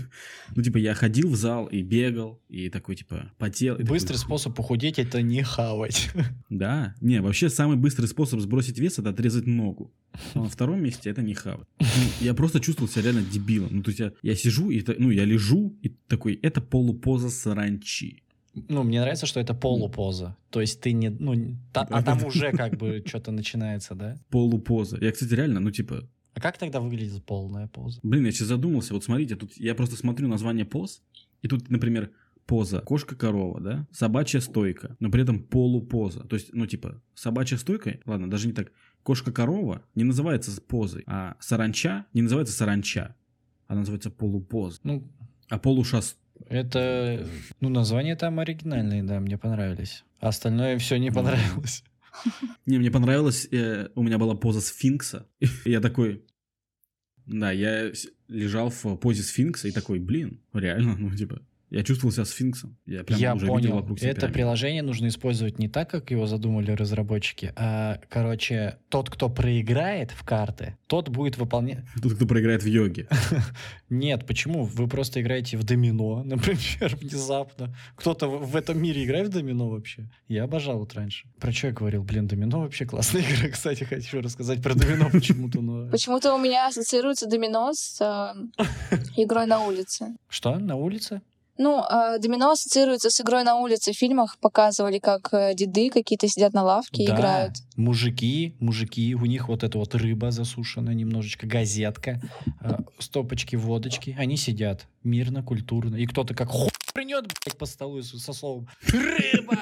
A: Ну, типа, я ходил в зал и бегал, и такой, типа, потел. и такой,
B: Быстрый способ похудеть — это не хавать. [laughs]
A: Да. Не, вообще самый быстрый способ сбросить вес это отрезать ногу. Но на втором месте это не хавать. Ну, я просто чувствовал себя реально дебилом. Ну, то есть я, я сижу, и та- ну, я лежу, и такой, это полупоза саранчи.
B: Ну, мне нравится, что это полупоза. То есть ты не... Ну, не- та- а там уже как бы что-то начинается, да?
A: Полупоза. Я, кстати, реально, ну, типа,
B: А как тогда выглядит полная поза?
A: блин, я сейчас задумался. Вот смотрите, тут я просто смотрю название поз, и тут, например, поза кошка-корова, да, собачья стойка, но при этом полупоза. То есть, ну, типа, собачья стойка, ладно, даже не так, кошка-корова не называется позой, а саранча не называется саранча, она называется полупоза.
B: Ну,
A: А полушас...
B: это... Ну, названия там оригинальные, да, мне понравились. А остальное все не
A: Ну.
B: понравилось.
A: Не, мне понравилось, э, у меня была поза сфинкса. [laughs] И я такой... Да, я с- лежал в позе сфинкса и такой, блин, реально, ну типа... Я чувствовал себя сфинксом. Я прям
B: Я
A: уже видел
B: понял.
A: вокруг себя
B: Это
A: пирамиду.
B: приложение нужно использовать не так, как его задумали разработчики, а, короче, тот, кто проиграет в карты, тот будет выполнять...
A: Тот, кто проиграет в йоге.
B: Нет, почему? Вы просто играете в домино, [laughs] например, внезапно. Кто-то в в этом мире играет в домино вообще? Я обожал вот раньше. Про что я говорил? Блин, домино вообще классная [laughs] игра. Кстати, хочу рассказать про домино почему-то,
C: [laughs]
B: но...
C: Почему-то у меня ассоциируется домино с э, игрой на улице.
B: Что? На улице?
C: Ну, э, домино ассоциируется с игрой на улице. В фильмах показывали, как э, деды какие-то сидят на лавке и
B: Да,
C: играют.
B: Мужики, мужики, у них вот эта вот рыба засушенная немножечко, газетка, э, стопочки водочки. Они сидят мирно, культурно. И кто-то как хуй принет, блядь, по столу и со словом «Рыба!»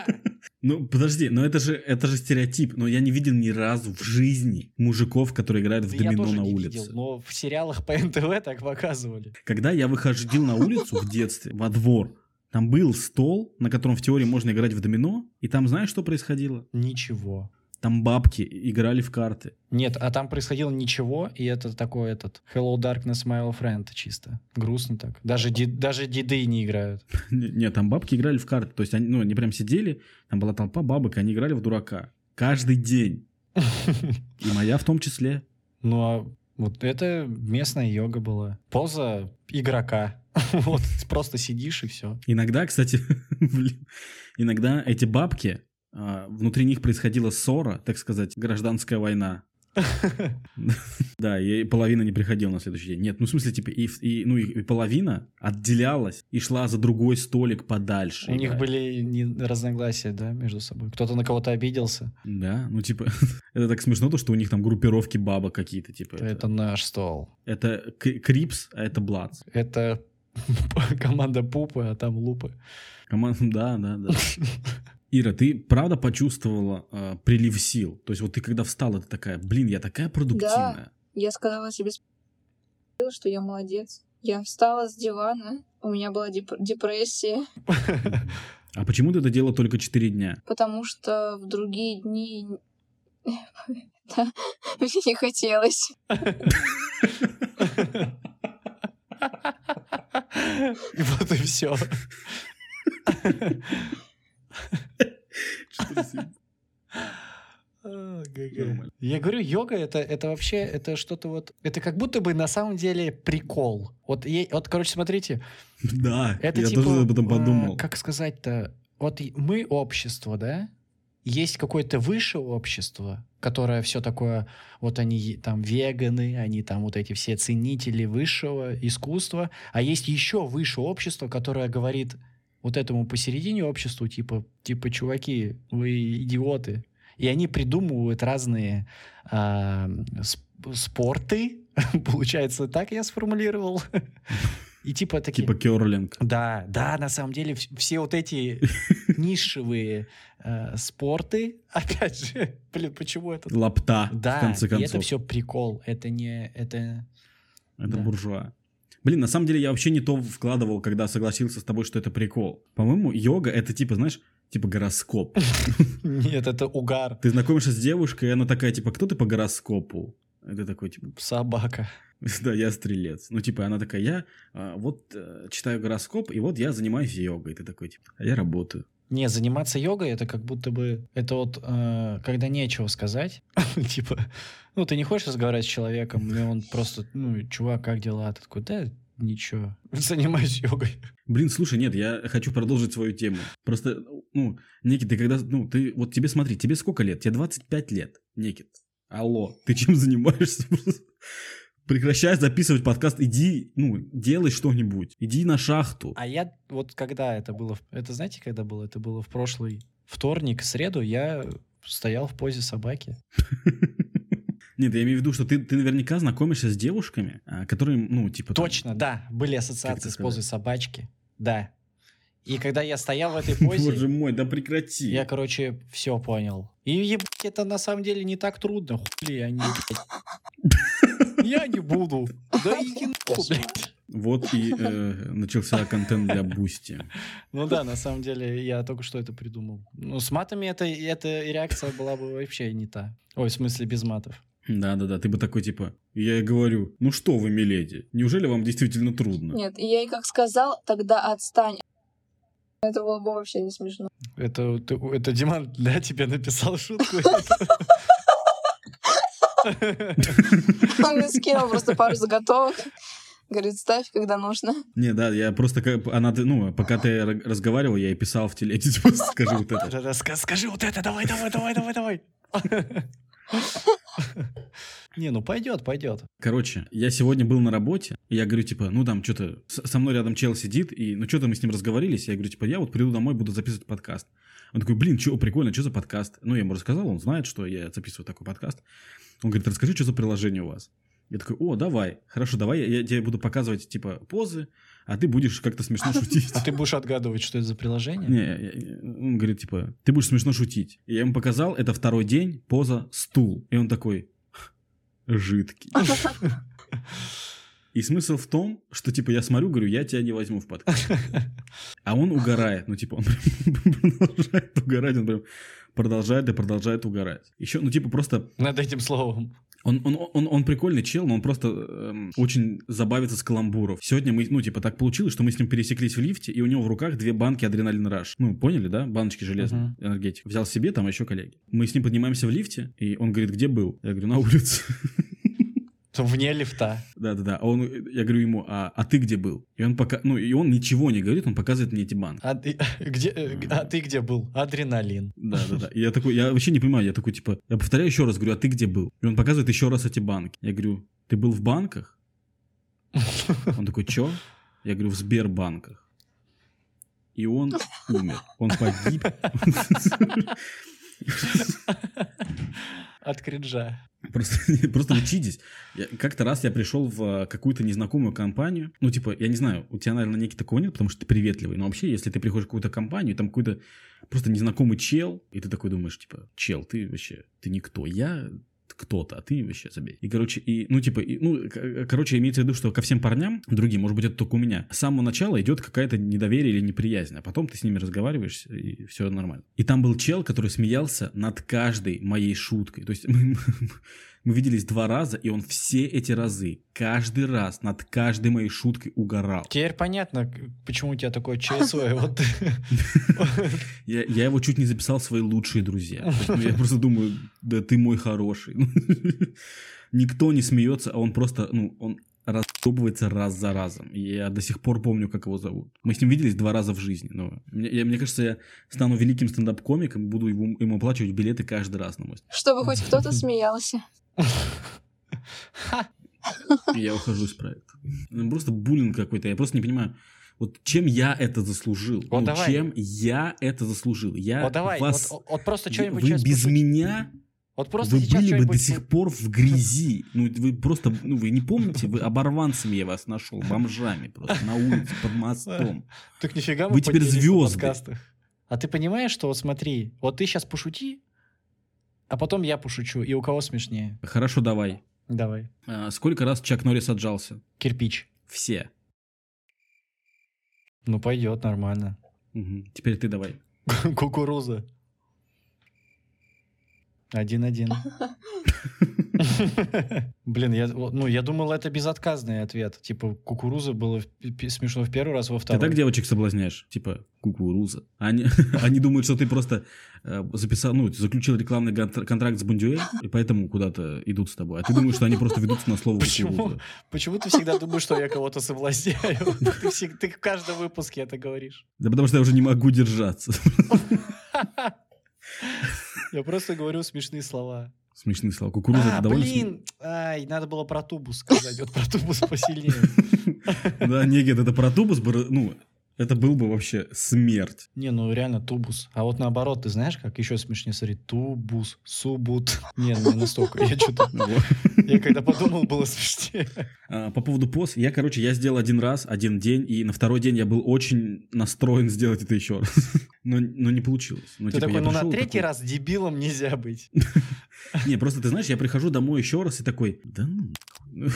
A: Ну, подожди, но это же, это же стереотип. Но я не видел ни разу в жизни мужиков, которые играют [laughs] в
B: Да Ну, я
A: домино
B: тоже
A: на
B: не
A: улице.
B: видел, но в сериалах по НТВ так показывали.
A: Когда я выходил на улицу в детстве, во двор, там был стол, на котором в теории можно играть в домино, и там знаешь, что происходило?
B: Ничего.
A: Там бабки играли в карты. [laughs]
B: Нет, а там происходило ничего, и это такой этот Hello Darkness, my old friend чисто. Грустно так. Даже, ди- даже деды не играют. [laughs]
A: Н- Нет, там бабки играли в карты. То есть они, ну, они прям сидели, там была толпа бабок, и они играли в дурака. Каждый день. И моя в том числе.
B: Ну а вот это местная йога была. Поза игрока. [laughs] Вот просто сидишь и все.
A: Иногда, кстати, [laughs] блин, иногда эти бабки, а, внутри них происходила ссора, так сказать, гражданская
B: [laughs]
A: война. Да, и половина не приходила на следующий день. Нет, ну в смысле, типа, и, в- и- ну, и, и половина отделялась и шла за другой столик подальше.
B: У них
A: играть.
B: были не- разногласия, да, между собой. Кто-то на кого-то обиделся.
A: Да, ну типа, [laughs] это так смешно, то, что у них там группировки бабок какие-то, типа.
B: Это наш стол.
A: Это К- Крипс, а это Бладс.
B: Это [laughs] команда пупы, а там лупы. [laughs]
A: Команда, [laughs] да, да, да. Ира, ты правда почувствовала э, прилив сил? То есть вот ты когда встала, ты такая, блин, я такая продуктивная.
C: Я сказала себе спасибо, что я молодец. Я встала с дивана, у меня была деп- депрессия,
A: А почему ты это делала только 4 дня?
C: потому что в другие дни [laughs] да, мне не хотелось.
B: И вот и все.
A: Нормально.
B: Я говорю, йога это, это вообще, это что-то вот, это как будто бы на самом деле прикол. Вот, е- вот короче, смотрите,
A: [laughs] Да,
B: это
A: я
B: типа,
A: тоже об этом
B: а,
A: подумал.
B: Как сказать-то, вот и- мы общество, да? Есть какое-то высшее общество, которое все такое, вот они е- там веганы, они там вот эти все ценители высшего искусства, а есть еще высшее общество, которое говорит вот этому посередине обществу, типа, типа, чуваки, вы идиоты. И они придумывают разные а, сп- спорты, [laughs] получается, так я сформулировал. [laughs] И типа такие...
A: Типа керлинг.
B: Да, да, на самом деле вс- все
A: [laughs]
B: вот эти нишевые э, спорты, [laughs] опять же, блин, почему это?
A: Лапта, в
B: Да,
A: конце
B: и
A: концов.
B: это [laughs] все прикол, это не, это,
A: Это
B: да.
A: буржуа. Блин, на самом деле я вообще не то вкладывал, когда согласился с тобой, что это прикол. По-моему, йога это типа, знаешь, типа гороскоп.
B: Нет, это угар.
A: Ты знакомишься с девушкой, и она такая, типа, кто ты по гороскопу? Это такой, типа,
B: Собака.
A: [laughs] да, я стрелец. Ну, типа, она такая, я а, вот э, читаю гороскоп, и вот я занимаюсь йогой. Ты такой, типа, а я работаю.
B: Не, заниматься йогой это как будто бы это вот э, когда нечего сказать, [laughs] типа, ну ты не хочешь разговаривать с человеком, и он просто, ну чувак, как дела, ты такой, да ничего, [laughs] занимаюсь йогой.
A: Блин, слушай, нет, я хочу продолжить свою тему. Просто, ну, Никит, ты когда, ну, ты, вот тебе смотри, тебе сколько лет? Тебе 25 лет, Никит. Алло, ты чем [laughs] занимаешься? Просто Прекращай записывать подкаст, иди, ну, делай что-нибудь. Иди на шахту.
B: А я вот когда это было, в- это знаете, когда было? Это было в прошлый вторник, среду, я стоял в позе собаки.
A: Нет, я имею в виду, что ты, ты наверняка знакомишься с девушками, а, которые, ну, типа... там-
B: Точно, да, были ассоциации
A: это
B: с позой
A: сказать?
B: собачки, да. И когда я стоял в этой
A: Боже
B: позе,
A: мой, да прекрати.
B: я, короче, все понял. И ебать, это на самом деле не так трудно, хули они, блядь. Я не буду. Да иди нахуй, блядь.
A: Вот и э, начался контент для Бусти.
B: Ну да, на самом деле, я только что это придумал. Ну, с матами это, эта реакция была бы вообще не та. Ой, в смысле, без матов.
A: Да-да-да, ты бы такой типа, я ей говорю, ну что вы, миледи, неужели вам действительно трудно?
C: Нет, и я ей как сказал, тогда отстань. Это было бы вообще не смешно. [laughs]
B: Это, ты- это Диман, [laughs] да, тебе написал шутку?
C: Он мне скинул просто пару заготовок. Говорит, ставь, когда нужно.
A: Не, да, я просто, как- она, ты- ну, пока ты ра- разговаривал, я и писал в теле, [laughs] типа, скажи вот это.
B: Да-да, ска- Скажи вот это, давай, давай, давай, давай, давай. [laughs] Не, ну пойдет, пойдет.
A: Короче, я сегодня был на работе, и я говорю, типа, ну там что-то, со мной рядом чел сидит, и ну что-то мы с ним разговорились, я говорю, типа, я вот приду домой, буду записывать подкаст. Он такой, блин, чё, прикольно, что за подкаст? Ну, я ему рассказал, он знает, что я записываю такой подкаст. Он говорит, расскажи, что за приложение у вас. Я такой, о, давай, хорошо, давай, я, я тебе буду показывать, типа, позы, а ты будешь как-то смешно шутить.
B: А ты будешь отгадывать, что это за приложение?
A: Не, я- я- он говорит, типа, ты будешь смешно шутить. И я ему показал, это второй день, поза стул. И он такой, жидкий. И смысл в том, что, типа, я смотрю, говорю, я тебя не возьму в подкаст. А он угорает, ну, типа, он [laughs] прям продолжает угорать, он прям продолжает и продолжает угорать. Еще, ну, типа, просто
B: [laughs] Над этим словом.
A: он, он, он, он прикольный чел, но он просто эм, очень забавится с каламбуров. Сегодня мы, ну, типа, так получилось, что мы с ним пересеклись в лифте, и у него в руках две банки адреналин раш. Ну, поняли, да? Баночки железные, энергетик. Взял себе, там еще коллеги. Мы с ним поднимаемся в лифте, и он говорит, где был? Я говорю, на улице. [laughs]
B: То Вне лифта.
A: Да-да-да. А он, я говорю ему, а, а ты где был? И он пока, ну, и он ничего не говорит, он показывает мне эти банки.
B: А ты [laughs] где, э, г- а ты где был? Адреналин. [laughs]
A: Да, да, да. И я такой, я вообще не понимаю, я такой, типа, я повторяю еще раз, говорю, а ты где был? И он показывает еще раз эти банки. Я говорю, ты был в банках? Он такой, чё? Я говорю, в Сбербанках. И он умер. Он погиб.
B: От кринжа.
A: Просто, [laughs] просто учитесь. Я- как-то раз я пришел в э, какую-то незнакомую компанию. Ну, типа, я не знаю, у тебя, наверное, некий такого нет, потому что ты приветливый. Но вообще, если ты приходишь в какую-то компанию, и там какой-то просто незнакомый чел, и ты такой думаешь, типа, чел, ты вообще, ты никто. Я кто-то, а ты вообще забей. И, короче, и, ну, типа, и, ну, к- короче, имеется в виду, что ко всем парням, другим, может быть, это только у меня, с самого начала идет какая-то недоверие или неприязнь, а потом ты с ними разговариваешь, и все нормально. И там был чел, который смеялся над каждой моей шуткой. То есть [laughs] мы, мы виделись два раза, и он все эти разы, каждый раз над каждой моей шуткой угорал.
B: Теперь понятно, к- почему у тебя такое ЧСВ. Вот [laughs] ты-
A: Я, я его чуть не записал в свои лучшие друзья. То есть, ну, Я просто думаю, да ты мой хороший. [laughs] Никто не смеется, а он просто, ну, он раздобывается раз за разом. И Я до сих пор помню, как его зовут. Мы с ним виделись два раза в жизни. Но мне, я- мне кажется, я стану великим стендап-комиком, буду его, ему оплачивать билеты каждый раз на мой
C: Чтобы хоть кто-то смеялся.
B: Ха.
A: И я ухожу из проекта. Ну, Просто буллинг какой-то. Я просто не понимаю, вот чем я это заслужил?
B: Вот
A: Ну,
B: давай.
A: Чем я это заслужил? Я
B: Вот давай, вот
A: вас...
B: вот- вот просто что-нибудь
A: вы
B: сейчас
A: без
B: пошути.
A: меня,
B: Вот просто
A: вы
B: сейчас
A: были бы до
B: что-нибудь-
A: сих пор в
B: [laughs]
A: грязи. Ну, вы просто, ну, вы не помните, вы оборванцами я вас нашел, бомжами просто, на улице, под мостом.
B: Так нифига мы
A: Вы теперь
B: поделились на
A: звезды.
B: подкастах. А ты понимаешь, что вот смотри, вот ты сейчас пошути, а потом я пошучу, и у кого смешнее.
A: Хорошо, давай.
B: Давай.
A: А, Сколько раз Чак Норрис отжался?
B: Кирпич.
A: все.
B: Ну, пойдет нормально.
A: Мгм. Теперь ты давай.
B: Кукуруза. Один-один. Блин, я, ну, я думал, это безотказный ответ. Типа, кукуруза было в- пи- смешно в первый раз, во
A: Ты
B: второй.
A: так девочек соблазняешь? Типа кукуруза. Они, [laughs] они думают, что ты просто э, записал, ну, заключил рекламный гонтр- контракт с Бондюэль, и поэтому куда-то идут с тобой. А ты думаешь, что они просто ведутся на слово
B: [laughs] Почему?
A: кукуруза.
B: Почему ты всегда думаешь, что я кого-то соблазняю? [laughs] Ты, всег- ты в каждом выпуске это говоришь.
A: Да потому что я уже не могу держаться. [laughs]
B: Я просто говорю смешные слова.
A: Смешные слова. Кукуруза
B: а,
A: это довольно... см-
B: блин, ай, надо было про тубус сказать. Вот про тубус
A: [laughs]
B: посильнее.
A: Да, Негет, это про тубус, бр- ну, это был бы вообще смерть.
B: Не, ну реально тубус. А вот наоборот, ты знаешь, как еще смешнее смотреть? Тубус, субут. Не, ну не настолько. Я что-то...
A: [laughs] Вот.
B: Я когда подумал, было смешнее.
A: А, По поводу пост, я, короче, я сделал один раз, один день, и на второй день я был очень настроен сделать это еще раз. [laughs] Но, но не получилось. Ну,
B: Ты
A: типа,
B: такой,
A: я
B: ну на
A: пришел и
B: третий
A: такой, Ну,
B: раз дебилом нельзя быть.
A: Не, просто ты знаешь, я прихожу домой еще раз и такой, да ну. [laughs]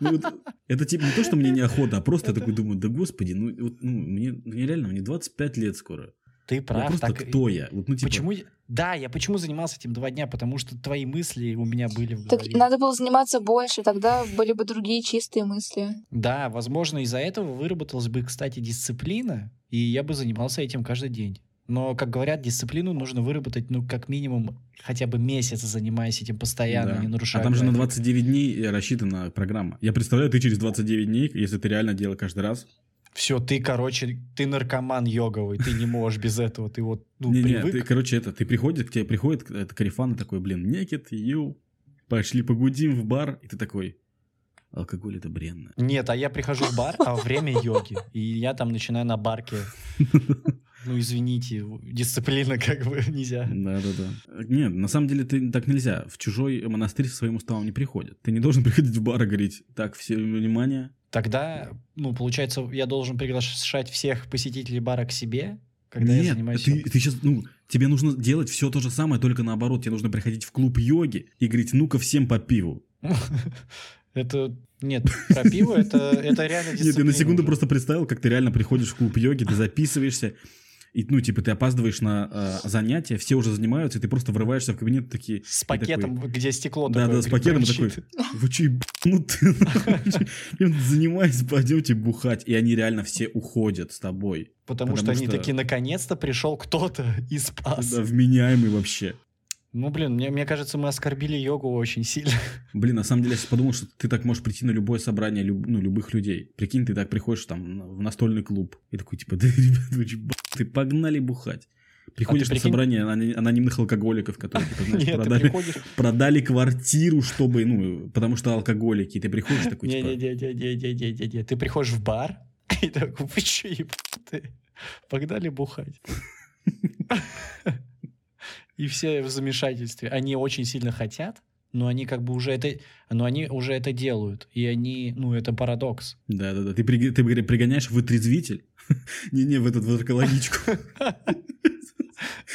A: Ну вот Это типа не то, что мне неохота, а просто я такой думаю, да господи, ну вот, ну, мне мне реально, мне 25 лет скоро.
B: Ты
A: Я
B: прав.
A: ну, просто
B: так и-
A: кто я? Вот, ну, типа,
B: Почему? я- Да, я почему занимался этим два дня, потому что твои мысли у меня были в
C: Так
B: голове.
C: надо было заниматься больше, тогда были бы другие чистые мысли.
B: Да, возможно, из-за этого выработалась бы, кстати, дисциплина, и я бы занимался этим каждый день. Но, как говорят, дисциплину нужно выработать, ну, как минимум, хотя бы месяц, занимаясь этим постоянно,
A: Да.
B: не
A: А
B: нарушая.
A: там же на
B: график.
A: 29 дней э, рассчитана программа. Я представляю, ты через 29 дней, если ты реально делал каждый раз.
B: Все, ты, короче, ты наркоман йоговый, ты не можешь без этого, ты вот, ну,
A: не, не,
B: привык.
A: ты, короче, это, ты приходит, к тебе приходит это карифан и такой, блин, некит, ю, пошли погудим в бар. И ты такой, алкоголь это бренно.
B: Нет, а я прихожу в бар, а время йоги. И я там начинаю
A: [laughs]
B: на барке. Ну, извините, дисциплина как бы [laughs] нельзя.
A: Да, да, да. Нет, на самом деле ты так нельзя. В чужой монастырь со своим уставом не приходит. Ты не должен приходить в бар и говорить, так, все внимание.
B: Тогда, ну, получается, я должен приглашать всех посетителей бара к себе, когда
A: Нет,
B: я занимаюсь...
A: ты,
B: йогой.
A: сейчас, ну, тебе нужно делать все то же самое, только наоборот. Тебе нужно приходить в клуб йоги и говорить, ну-ка всем по пиву.
B: [laughs] Это... Нет, про пиво это, это реально
A: Нет, я на
B: дисциплина
A: секунду
B: уже.
A: просто представил, как ты реально приходишь в клуб йоги, ты записываешься, и, ну, типа, ты опаздываешь на э, занятия, все уже занимаются, и ты просто врываешься в кабинет, такие,
B: С пакетом, где стекло
A: Да, да,
B: такое
A: с пакетом
B: бренчит.
A: [laughs] вы че, ебанутые, [laughs] нахуй? Чем ты занимаетесь, пойдемте бухать. И они реально все уходят с тобой.
B: Потому,
A: потому
B: что, они
A: что-
B: такие, наконец-то пришел кто-то и спас.
A: Да, вменяемый вообще.
B: Ну, блин, мне, мне кажется, мы оскорбили йогу очень сильно.
A: Блин, на самом деле, я сейчас подумал, что ты так можешь прийти на любое собрание люб- ну, любых людей. Прикинь, ты так приходишь там на- в настольный клуб. И такой, типа, [laughs] да, ребят, вы че, ты погнали бухать. Приходишь на
B: А прикинь-
A: собрание ана- анонимных алкоголиков, которые, типа,
B: [laughs]
A: знаешь,
B: Нет, ты
A: продали,
B: приходишь...
A: продали квартиру, чтобы, ну, потому что алкоголики. И ты
B: [laughs]
A: приходишь такой, типа,
B: Не-не-не-не-не-не-не. Ты приходишь в бар и такой, вы че, ебанутые? Погнали бухать. И все в замешательстве. Они очень сильно хотят, но они как бы уже это, но они уже это делают. И они, ну, это парадокс.
A: Да, да, да. Ты, при- ты при- пригоняешь вытрезвитель. [laughs] Не-не, в этот в наркологичку. [laughs] И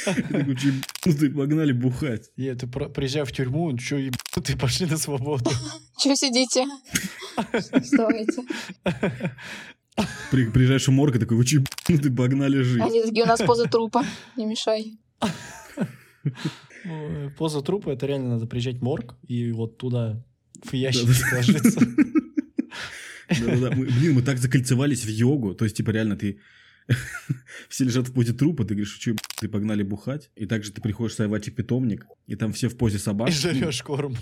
A: такой, «Чё, ебанутый, погнали бухать.
B: И это про- приезжая в тюрьму, че, ты пошли на свободу.
C: Че сидите? Вставайте.
A: При- Приезжаешь в морг и такой, вы че, ебанутый, погнали жить.
C: Они такие, у нас поза трупа, не мешай.
B: Ой, Поза трупа, это реально надо приезжать в морг и вот туда в ящик
A: Да-да.
B: ложиться.
A: Да-да-да. Мы- Блин, мы так закольцевались в йогу. То есть, типа, реально, ты... [laughs] Все лежат в позе трупа, ты говоришь, че, ты погнали бухать. И также ты приходишь в Сайвачи питомник, и там все в позе собак.
B: И жрешь корм.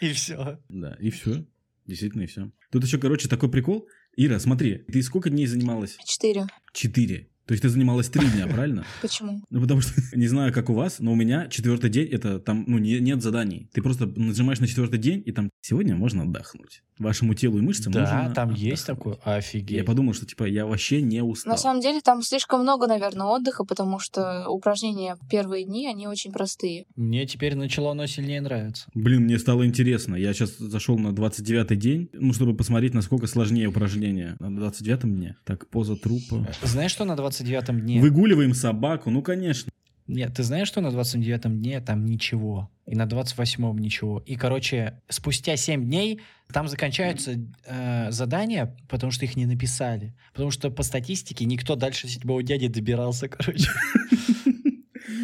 B: И все.
A: Да, и все. Действительно, и все. Тут еще, короче, такой прикол. Ира, смотри, ты сколько дней занималась?
C: Четыре.
A: Четыре. То есть ты занималась три дня, правильно? [laughs]
C: Почему?
A: Ну, потому что, [laughs] не знаю, как у вас, но у меня четвертый день, это там, ну, не- нет заданий. Ты просто нажимаешь на четвертый день, и там, сегодня можно отдохнуть. Вашему телу и мышцам
B: Да,
A: нужно
B: там есть
A: отдохнуть.
B: такое. Офигеть.
A: Я подумал, что, типа, я вообще не устал.
C: На самом деле там слишком много, наверное, отдыха, потому что упражнения первые дни, они очень простые.
B: Мне теперь начало оно сильнее нравиться.
A: Блин, мне стало интересно. Я сейчас зашел на 29-й день, ну, чтобы посмотреть, насколько сложнее упражнение. На 29-м дне. Так, поза трупа.
B: Знаешь, что на 29-м дне?
A: Выгуливаем собаку, ну, конечно.
B: Нет, ты знаешь, что на 29-м дне там ничего, и на 28-м ничего. И, короче, спустя 7 дней там заканчиваются э, задания, потому что их не написали. Потому что по статистике никто дальше седьмого дня не добирался,
A: [laughs]
B: короче.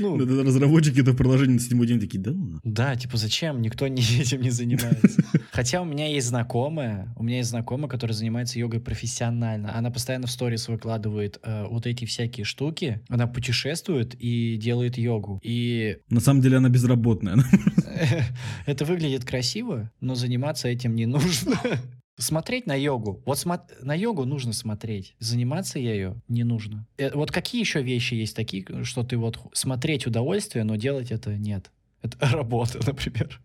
B: Ну,
A: Да, да, разработчики это в приложении на седьмой день такие, да ну нах».
B: Да, типа зачем? Никто не, [laughs] этим не занимается. Хотя у меня есть знакомая, у меня есть знакомая, которая занимается йогой профессионально. Она постоянно в сторис выкладывает э, вот эти всякие штуки. Она путешествует и делает йогу. И [laughs]
A: На самом деле она безработная. [laughs]
B: это выглядит красиво, но заниматься этим не нужно. [laughs] Смотреть на йогу. Вот смо- на йогу нужно смотреть. Заниматься ею не нужно. Э, вот какие еще вещи есть такие, что ты вот ху- смотреть удовольствие, но делать это нет. Это [laughs] работа, например.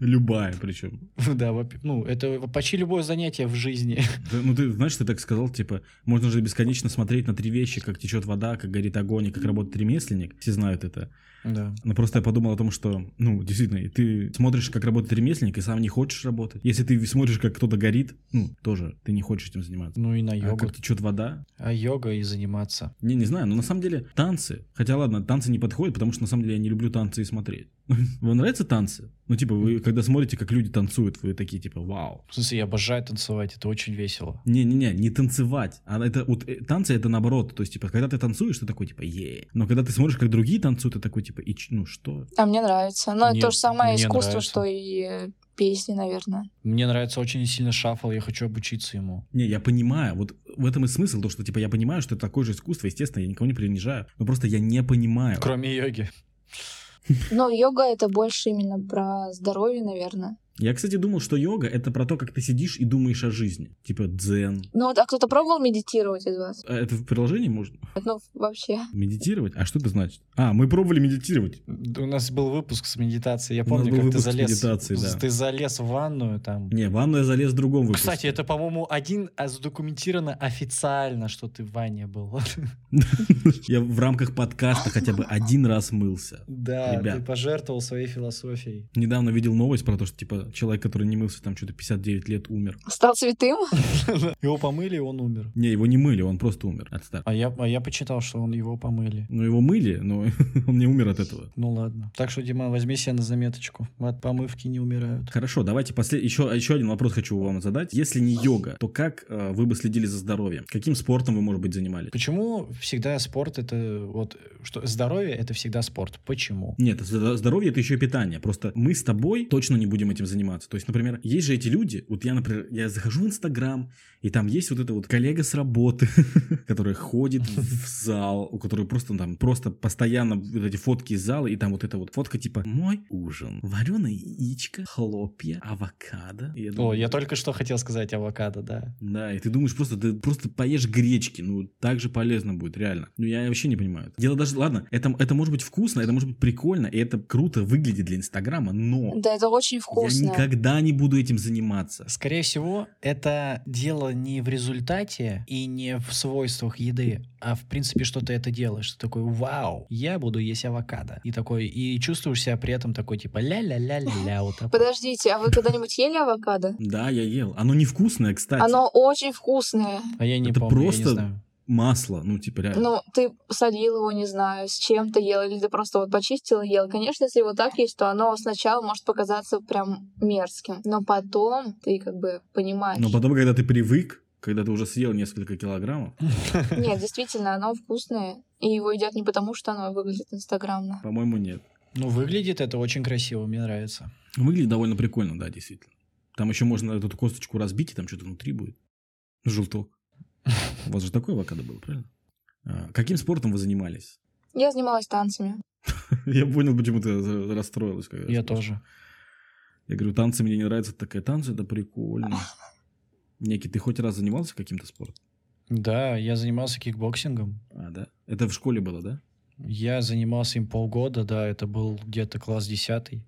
A: Любая причем.
B: [laughs] Да, воп- ну, это почти любое занятие в жизни.
A: Да, Ну ты знаешь, ты так сказал, типа, можно же бесконечно смотреть на три вещи, как течет вода, как горит огонь и как работает ремесленник. Все знают это.
B: Да.
A: Ну, просто я подумал о том, что, ну, действительно, и ты смотришь, как работает ремесленник, и сам не хочешь работать. Если ты смотришь, как кто-то горит, ну, тоже ты не хочешь этим заниматься.
B: Ну и на
A: А
B: йогу.
A: как течет вода?
B: А йога и заниматься.
A: Не, не знаю, но на самом деле танцы. Хотя ладно, танцы не подходят, потому что на самом деле я не люблю танцы и смотреть. [laughs] Вам нравятся танцы? Ну, типа, вы когда смотрите, как люди танцуют, вы такие, типа, вау.
B: В смысле, я обожаю танцевать, это очень весело.
A: Не-не-не, не танцевать. А это вот э, танцы это наоборот. То есть, типа, когда ты танцуешь, ты такой, типа, е. Но когда ты смотришь, как другие танцуют, ты такой, типа, и ч- ну что?
C: А мне нравится. Но
B: Мне-
C: это то же самое
B: мне
C: искусство,
B: нравится.
C: что и э, песни, наверное.
B: Мне нравится очень сильно шаффл, я хочу обучиться ему.
A: Не, я понимаю, вот в этом и смысл, то, что, типа, я понимаю, что это такое же искусство, естественно, я никого не принижаю, но просто я не понимаю.
B: Кроме йоги.
C: Но йога это больше именно про здоровье, наверное.
A: Я, кстати, думал, что йога — это про то, как ты сидишь и думаешь о жизни. Типа дзен.
C: Ну вот, а кто-то пробовал медитировать из вас?
A: А Это в приложении можно?
C: Ну, вообще. [laughs]
A: Медитировать? А что это значит? А, мы пробовали медитировать.
B: У нас был выпуск с медитацией, я
A: У нас
B: помню,
A: был
B: как ты
A: выпуск с
B: залез.
A: медитацией, да.
B: Ты залез в ванную там.
A: Не, в ванну я залез в другом выпуске.
B: Кстати, это, по-моему, один а, задокументировано официально, что ты в ванне был. [laughs]
A: Я в рамках подкаста хотя бы один раз мылся.
B: Да,
A: Ребят.
B: ты пожертвовал своей философией. [laughs]
A: Недавно видел новость про то, что, типа, человек, который не мылся, там, что-то 59 лет умер.
C: Стал святым?
B: Его помыли, и он умер.
A: Не, его не мыли, он просто умер от старости.
B: А я, а я почитал, что он его помыли.
A: Ну, его мыли, но [laughs] он не умер от этого.
B: Ну ладно. Так что, Дима, возьми себя на заметочку. От помывки не умирают.
A: Хорошо, давайте послед... еще, еще один вопрос хочу вам задать. Если не йога, то как э, вы бы следили за здоровьем? Каким спортом вы, может быть, занимались?
B: Почему всегда спорт это вот что здоровье это всегда спорт? Почему?
A: Нет, зда- здоровье это еще и питание. Просто мы с тобой точно не будем этим заниматься. То есть, например, есть же эти люди, вот я, например, я захожу в Инстаграм, и там есть вот эта вот коллега с работы, [laughs] которая ходит в зал, у которой просто там просто постоянно вот эти фотки из зала, и там вот эта вот фотка типа «Мой ужин, вареное яичко, хлопья, авокадо». И я
B: О,
A: думаю,
B: я только что хотел сказать авокадо, да.
A: Да, и ты думаешь, просто ты просто поешь гречки, ну так же полезно будет, реально. Ну я вообще не понимаю. Дело даже, ладно, это, это может быть вкусно, это может быть прикольно, и это круто выглядит для Инстаграма, но
C: Да, это очень вкусно.
A: я никогда не буду этим заниматься.
B: Скорее всего, это дело не в результате и не в свойствах еды, а в принципе, что ты это делаешь. Ты такой, вау, я буду есть авокадо. И такой, и чувствуешь себя при этом такой, типа, ля-ля-ля-ля. Вот
A: [laughs]
B: так.
C: Подождите, а вы когда-нибудь ели авокадо?
A: Да, я ел. Оно невкусное, кстати.
C: Оно очень вкусное.
B: А я не
A: Это
B: помню, я не
A: просто
B: знаю.
A: Масло, ну типа реально.
C: Ну, ты солил его, не знаю, с чем ты ел, или ты просто вот почистил и ел. Конечно, если вот так есть, то оно сначала может показаться прям мерзким. Но потом ты как бы
A: [laughs]
C: понимаешь.
A: Но потом, когда ты привык, когда ты уже съел несколько килограммов,
C: Нет, действительно, оно вкусное. И его едят не потому, что оно выглядит инстаграмно.
A: по-моему, нет.
B: Ну, выглядит это очень красиво, мне нравится.
A: Выглядит довольно прикольно, да, действительно. Там еще можно эту косточку разбить, и там что-то внутри будет. Желток. У вас же такое авокадо было, правильно? А, Каким спортом вы занимались? [laughs]
C: Я занималась танцами.
A: Я понял, почему ты за- расстроилась. Когда
B: Я
A: сказала.
B: тоже.
A: Я говорю, танцы мне не нравятся. Ты Такая танцы, это прикольно. Некий, ты хоть раз занимался каким-то спортом?
B: Да, я занимался кикбоксингом.
A: А, да? Это в школе было, да?
B: Я занимался им полгода, да, это был где-то класс 10.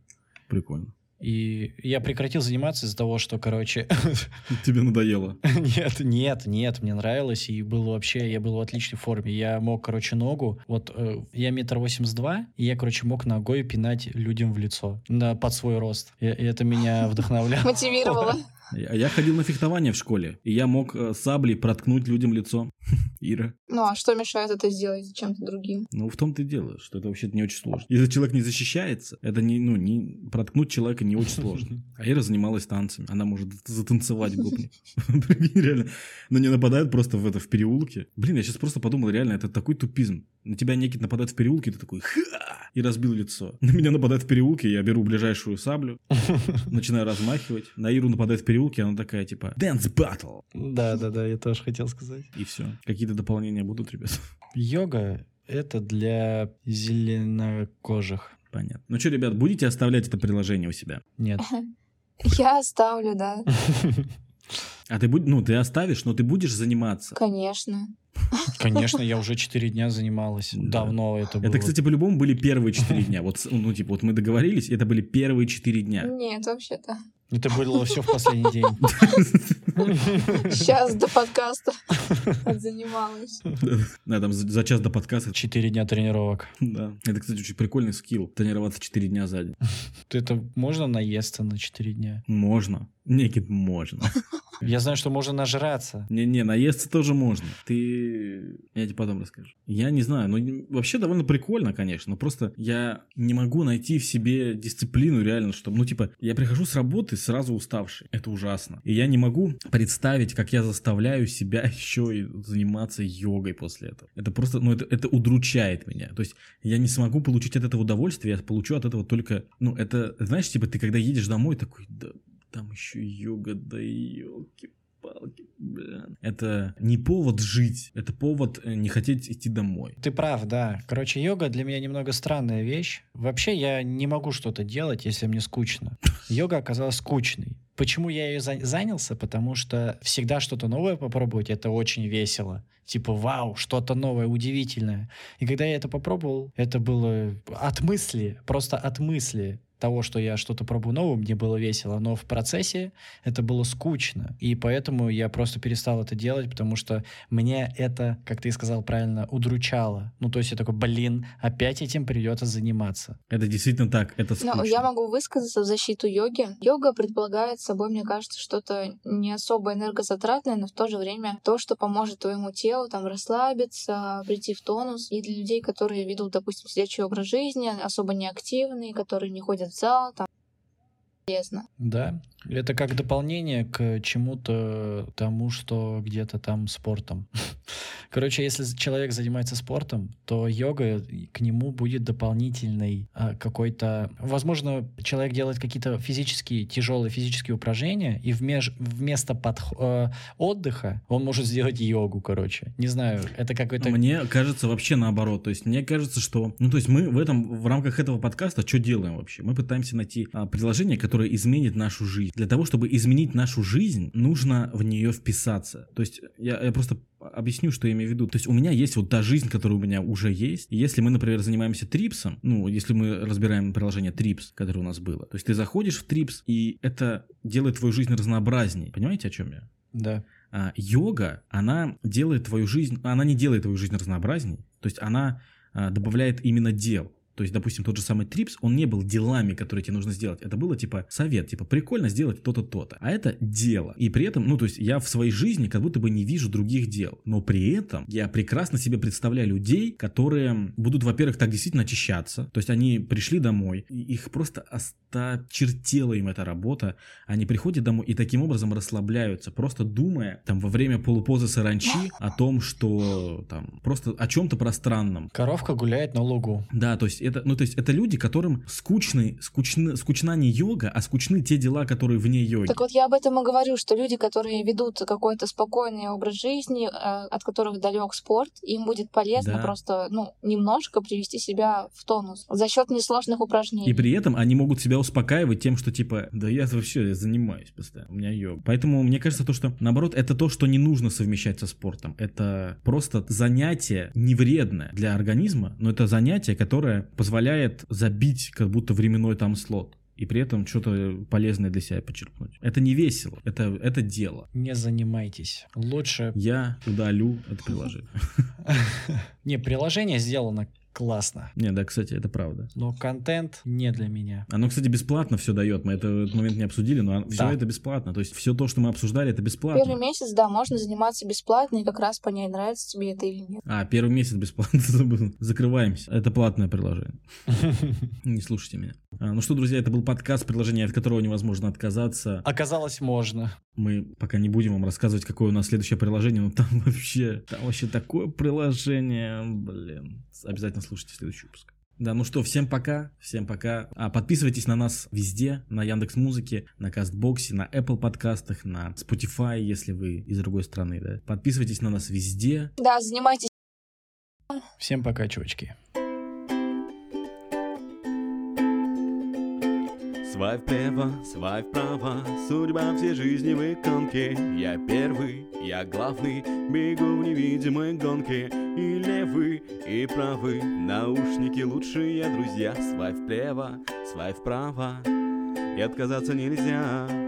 A: Прикольно.
B: И я прекратил заниматься из-за того, что, короче,
A: [laughs]
B: [laughs]
A: Тебе надоело.
B: нет, нет, нет, мне нравилось, и был вообще, я был в отличной форме. Я мог, короче, ногу, вот э, я метр восемьдесят два, и я, короче, мог ногой пинать людям в лицо на, под свой рост. И, и это меня вдохновляло.
C: Мотивировала.
A: Я, А я ходил на фехтование в школе, и я мог э, саблей проткнуть людям лицо. [laughs] Ира.
C: Ну а что мешает это сделать чем-то другим?
A: Ну, в том-то и дело, что это вообще-то не очень сложно. Если человек не защищается, это не, ну, не, проткнуть человека не очень сложно. А Ира занималась танцами. Она может затанцевать гопни. Прикинь, реально. На нее нападают просто в это, в переулке. Блин, я сейчас просто подумал, реально, это такой тупизм. На тебя некий нападает в переулке, и ты такой ха! И разбил лицо. На меня нападает в переулке, я беру ближайшую саблю, начинаю размахивать. На Иру нападает в переулке, она такая, типа, dance battle.
B: Да, да, да, я тоже хотел сказать.
A: И все. Какие-то дополнения будут, ребят?
B: Йога — это для зеленокожих.
A: Понятно. Ну что, ребят, будете оставлять это приложение у себя?
B: Нет.
C: Я оставлю, да,
B: [laughs]
A: А ты будешь, ну, ты оставишь, но ты будешь заниматься.
C: конечно.
B: Конечно, я уже 4 дня занималась.
A: Да.
B: Давно это было.
A: Это, кстати, по-любому были первые четыре дня. Вот, с- ну, типа, вот мы договорились, это были первые четыре дня.
C: Нет, вообще-то.
B: Это было все в последний день.
A: [laughs]
C: Сейчас до подкаста занималась.
A: Да, там за, за час до подкаста. [laughs]
B: Четыре дня тренировок.
A: Да. Это, кстати, очень прикольный скилл. Тренироваться четыре дня за день.
B: Это можно наесться на 4 дня?
A: Можно. Некит, можно.
B: Я знаю, что можно нажраться.
A: Не-не, наесться тоже можно. Ты... Я тебе потом расскажу. Я не знаю, ну вообще довольно прикольно, конечно, но просто я не могу найти в себе дисциплину реально, чтобы... Ну типа, я прихожу с работы сразу уставший. Это ужасно. И я не могу представить, как я заставляю себя [laughs] еще и заниматься йогой после этого. Это просто, ну это, это удручает меня. То есть я не смогу получить от этого удовольствие, я получу от этого только... Ну это, знаешь, типа ты когда едешь домой такой... Да, там еще йога, да елки палки, блин. Это не повод жить, это повод э, не хотеть идти домой.
B: Ты прав, да. Короче, йога для меня немного странная вещь. Вообще, я не могу что-то делать, если мне скучно. Йога оказалась скучной. Почему я ее занялся? Потому что всегда что-то новое попробовать, это очень весело. Типа, вау, что-то новое, удивительное. И когда я это попробовал, это было от мысли, просто от мысли того, что я что-то пробую новое, мне было весело, но в процессе это было скучно. И поэтому я просто перестал это делать, потому что мне это, как ты сказал правильно, удручало. Ну, то есть я такой, блин, опять этим придется заниматься.
A: Это действительно так, это скучно.
C: Но Ну, я могу высказаться в защиту йоги. Йога предполагает собой, мне кажется, что-то не особо энергозатратное, но в то же время то, что поможет твоему телу там расслабиться, прийти в тонус. И для людей, которые ведут, допустим, сидячий образ жизни, особо неактивные, которые не ходят в зал, там полезно.
B: Да, это как дополнение к чему-то тому, что где-то там спортом. [laughs] Короче, если з- человек занимается спортом, то йога к нему будет дополнительной а, какой-то... Возможно, человек делает какие-то физические, тяжелые физические упражнения, и вмеж- вместо подх- э, отдыха он может сделать йогу, короче. Не знаю, это какой-то...
A: Мне кажется вообще наоборот. То есть мне кажется, что... Ну, то есть мы в этом, в рамках этого подкаста что делаем вообще? Мы пытаемся найти а, приложение, которое изменит нашу жизнь. Для того, чтобы изменить нашу жизнь, нужно в нее вписаться. То есть я, я просто объясню, что я имею в виду. То есть у меня есть вот та жизнь, которая у меня уже есть. И если мы, например, занимаемся трипсом, ну, если мы разбираем приложение Trips, которое у нас было, то есть ты заходишь в Trips, и это делает твою жизнь разнообразней. Понимаете, о чем я?
B: Да.
A: А, йога, она делает твою жизнь, она не делает твою жизнь разнообразней, то есть она а, добавляет именно дел. То есть, допустим, тот же самый трипс, он не был делами, которые тебе нужно сделать. Это было типа совет, типа прикольно сделать то-то, то-то. А это дело. И при этом, ну, то есть я в своей жизни как будто бы не вижу других дел. Но при этом я прекрасно себе представляю людей, которые будут, во-первых, так действительно очищаться. То есть они пришли домой, и их просто осточертела им эта работа. Они приходят домой и таким образом расслабляются, просто думая там во время полупозы саранчи о том, что там просто о чем-то пространном.
B: Коровка гуляет на лугу.
A: Да, то есть это, ну то есть это люди, которым скучны, скучны, скучна не йога, а скучны те дела, которые вне йоги.
C: Так вот, я об этом и говорю, что люди, которые ведут какой-то спокойный образ жизни, э, от которых далек спорт, им будет полезно
A: Да.
C: просто, ну, немножко привести себя в тонус за счет несложных упражнений.
A: И при этом они могут себя успокаивать тем, что типа, да я вообще занимаюсь постоянно, у меня йога. Поэтому мне кажется то, что наоборот, это то, что не нужно совмещать со спортом. Это просто занятие не вредное для организма, но это занятие, которое позволяет забить как будто временной там слот. И при этом что-то полезное для себя почерпнуть. Это не весело, это, это дело.
B: Не занимайтесь. Лучше
A: [laughs] Я удалю это приложение.
B: Не, приложение сделано классно.
A: Не, да, кстати, это правда.
B: Но контент не
A: [laughs]
B: для меня.
A: Оно, кстати, бесплатно все дает. Мы это, этот момент не обсудили, но все
B: Да.
A: это бесплатно. То есть все то, что мы обсуждали, это бесплатно.
C: Первый месяц, да, можно заниматься бесплатно и как раз понять, нравится тебе это или нет.
A: А, первый месяц бесплатно [laughs] забыл. Закрываемся. Это платное приложение. Не слушайте меня. А, ну что, друзья, это был подкаст, приложение, от которого невозможно отказаться.
B: Оказалось, можно.
A: Мы пока не будем вам рассказывать, какое у нас следующее приложение, но там [laughs] вообще, там вообще такое приложение, блин. Обязательно слушайте следующий выпуск. Да, ну что, всем пока, всем пока. А подписывайтесь на нас везде, на Яндекс Музыке, на Кастбоксе, на Apple подкастах, на Spotify, если вы из другой страны, да. Подписывайтесь на нас везде.
C: Да, занимайтесь
B: Всем пока, чувачки.
D: Свай влево, свай вправо, судьба все жизни в иконке. Я первый, я главный, бегу в невидимой гонке. И левый, и правый, наушники лучшие друзья. Свай влево, свай вправо, и отказаться нельзя.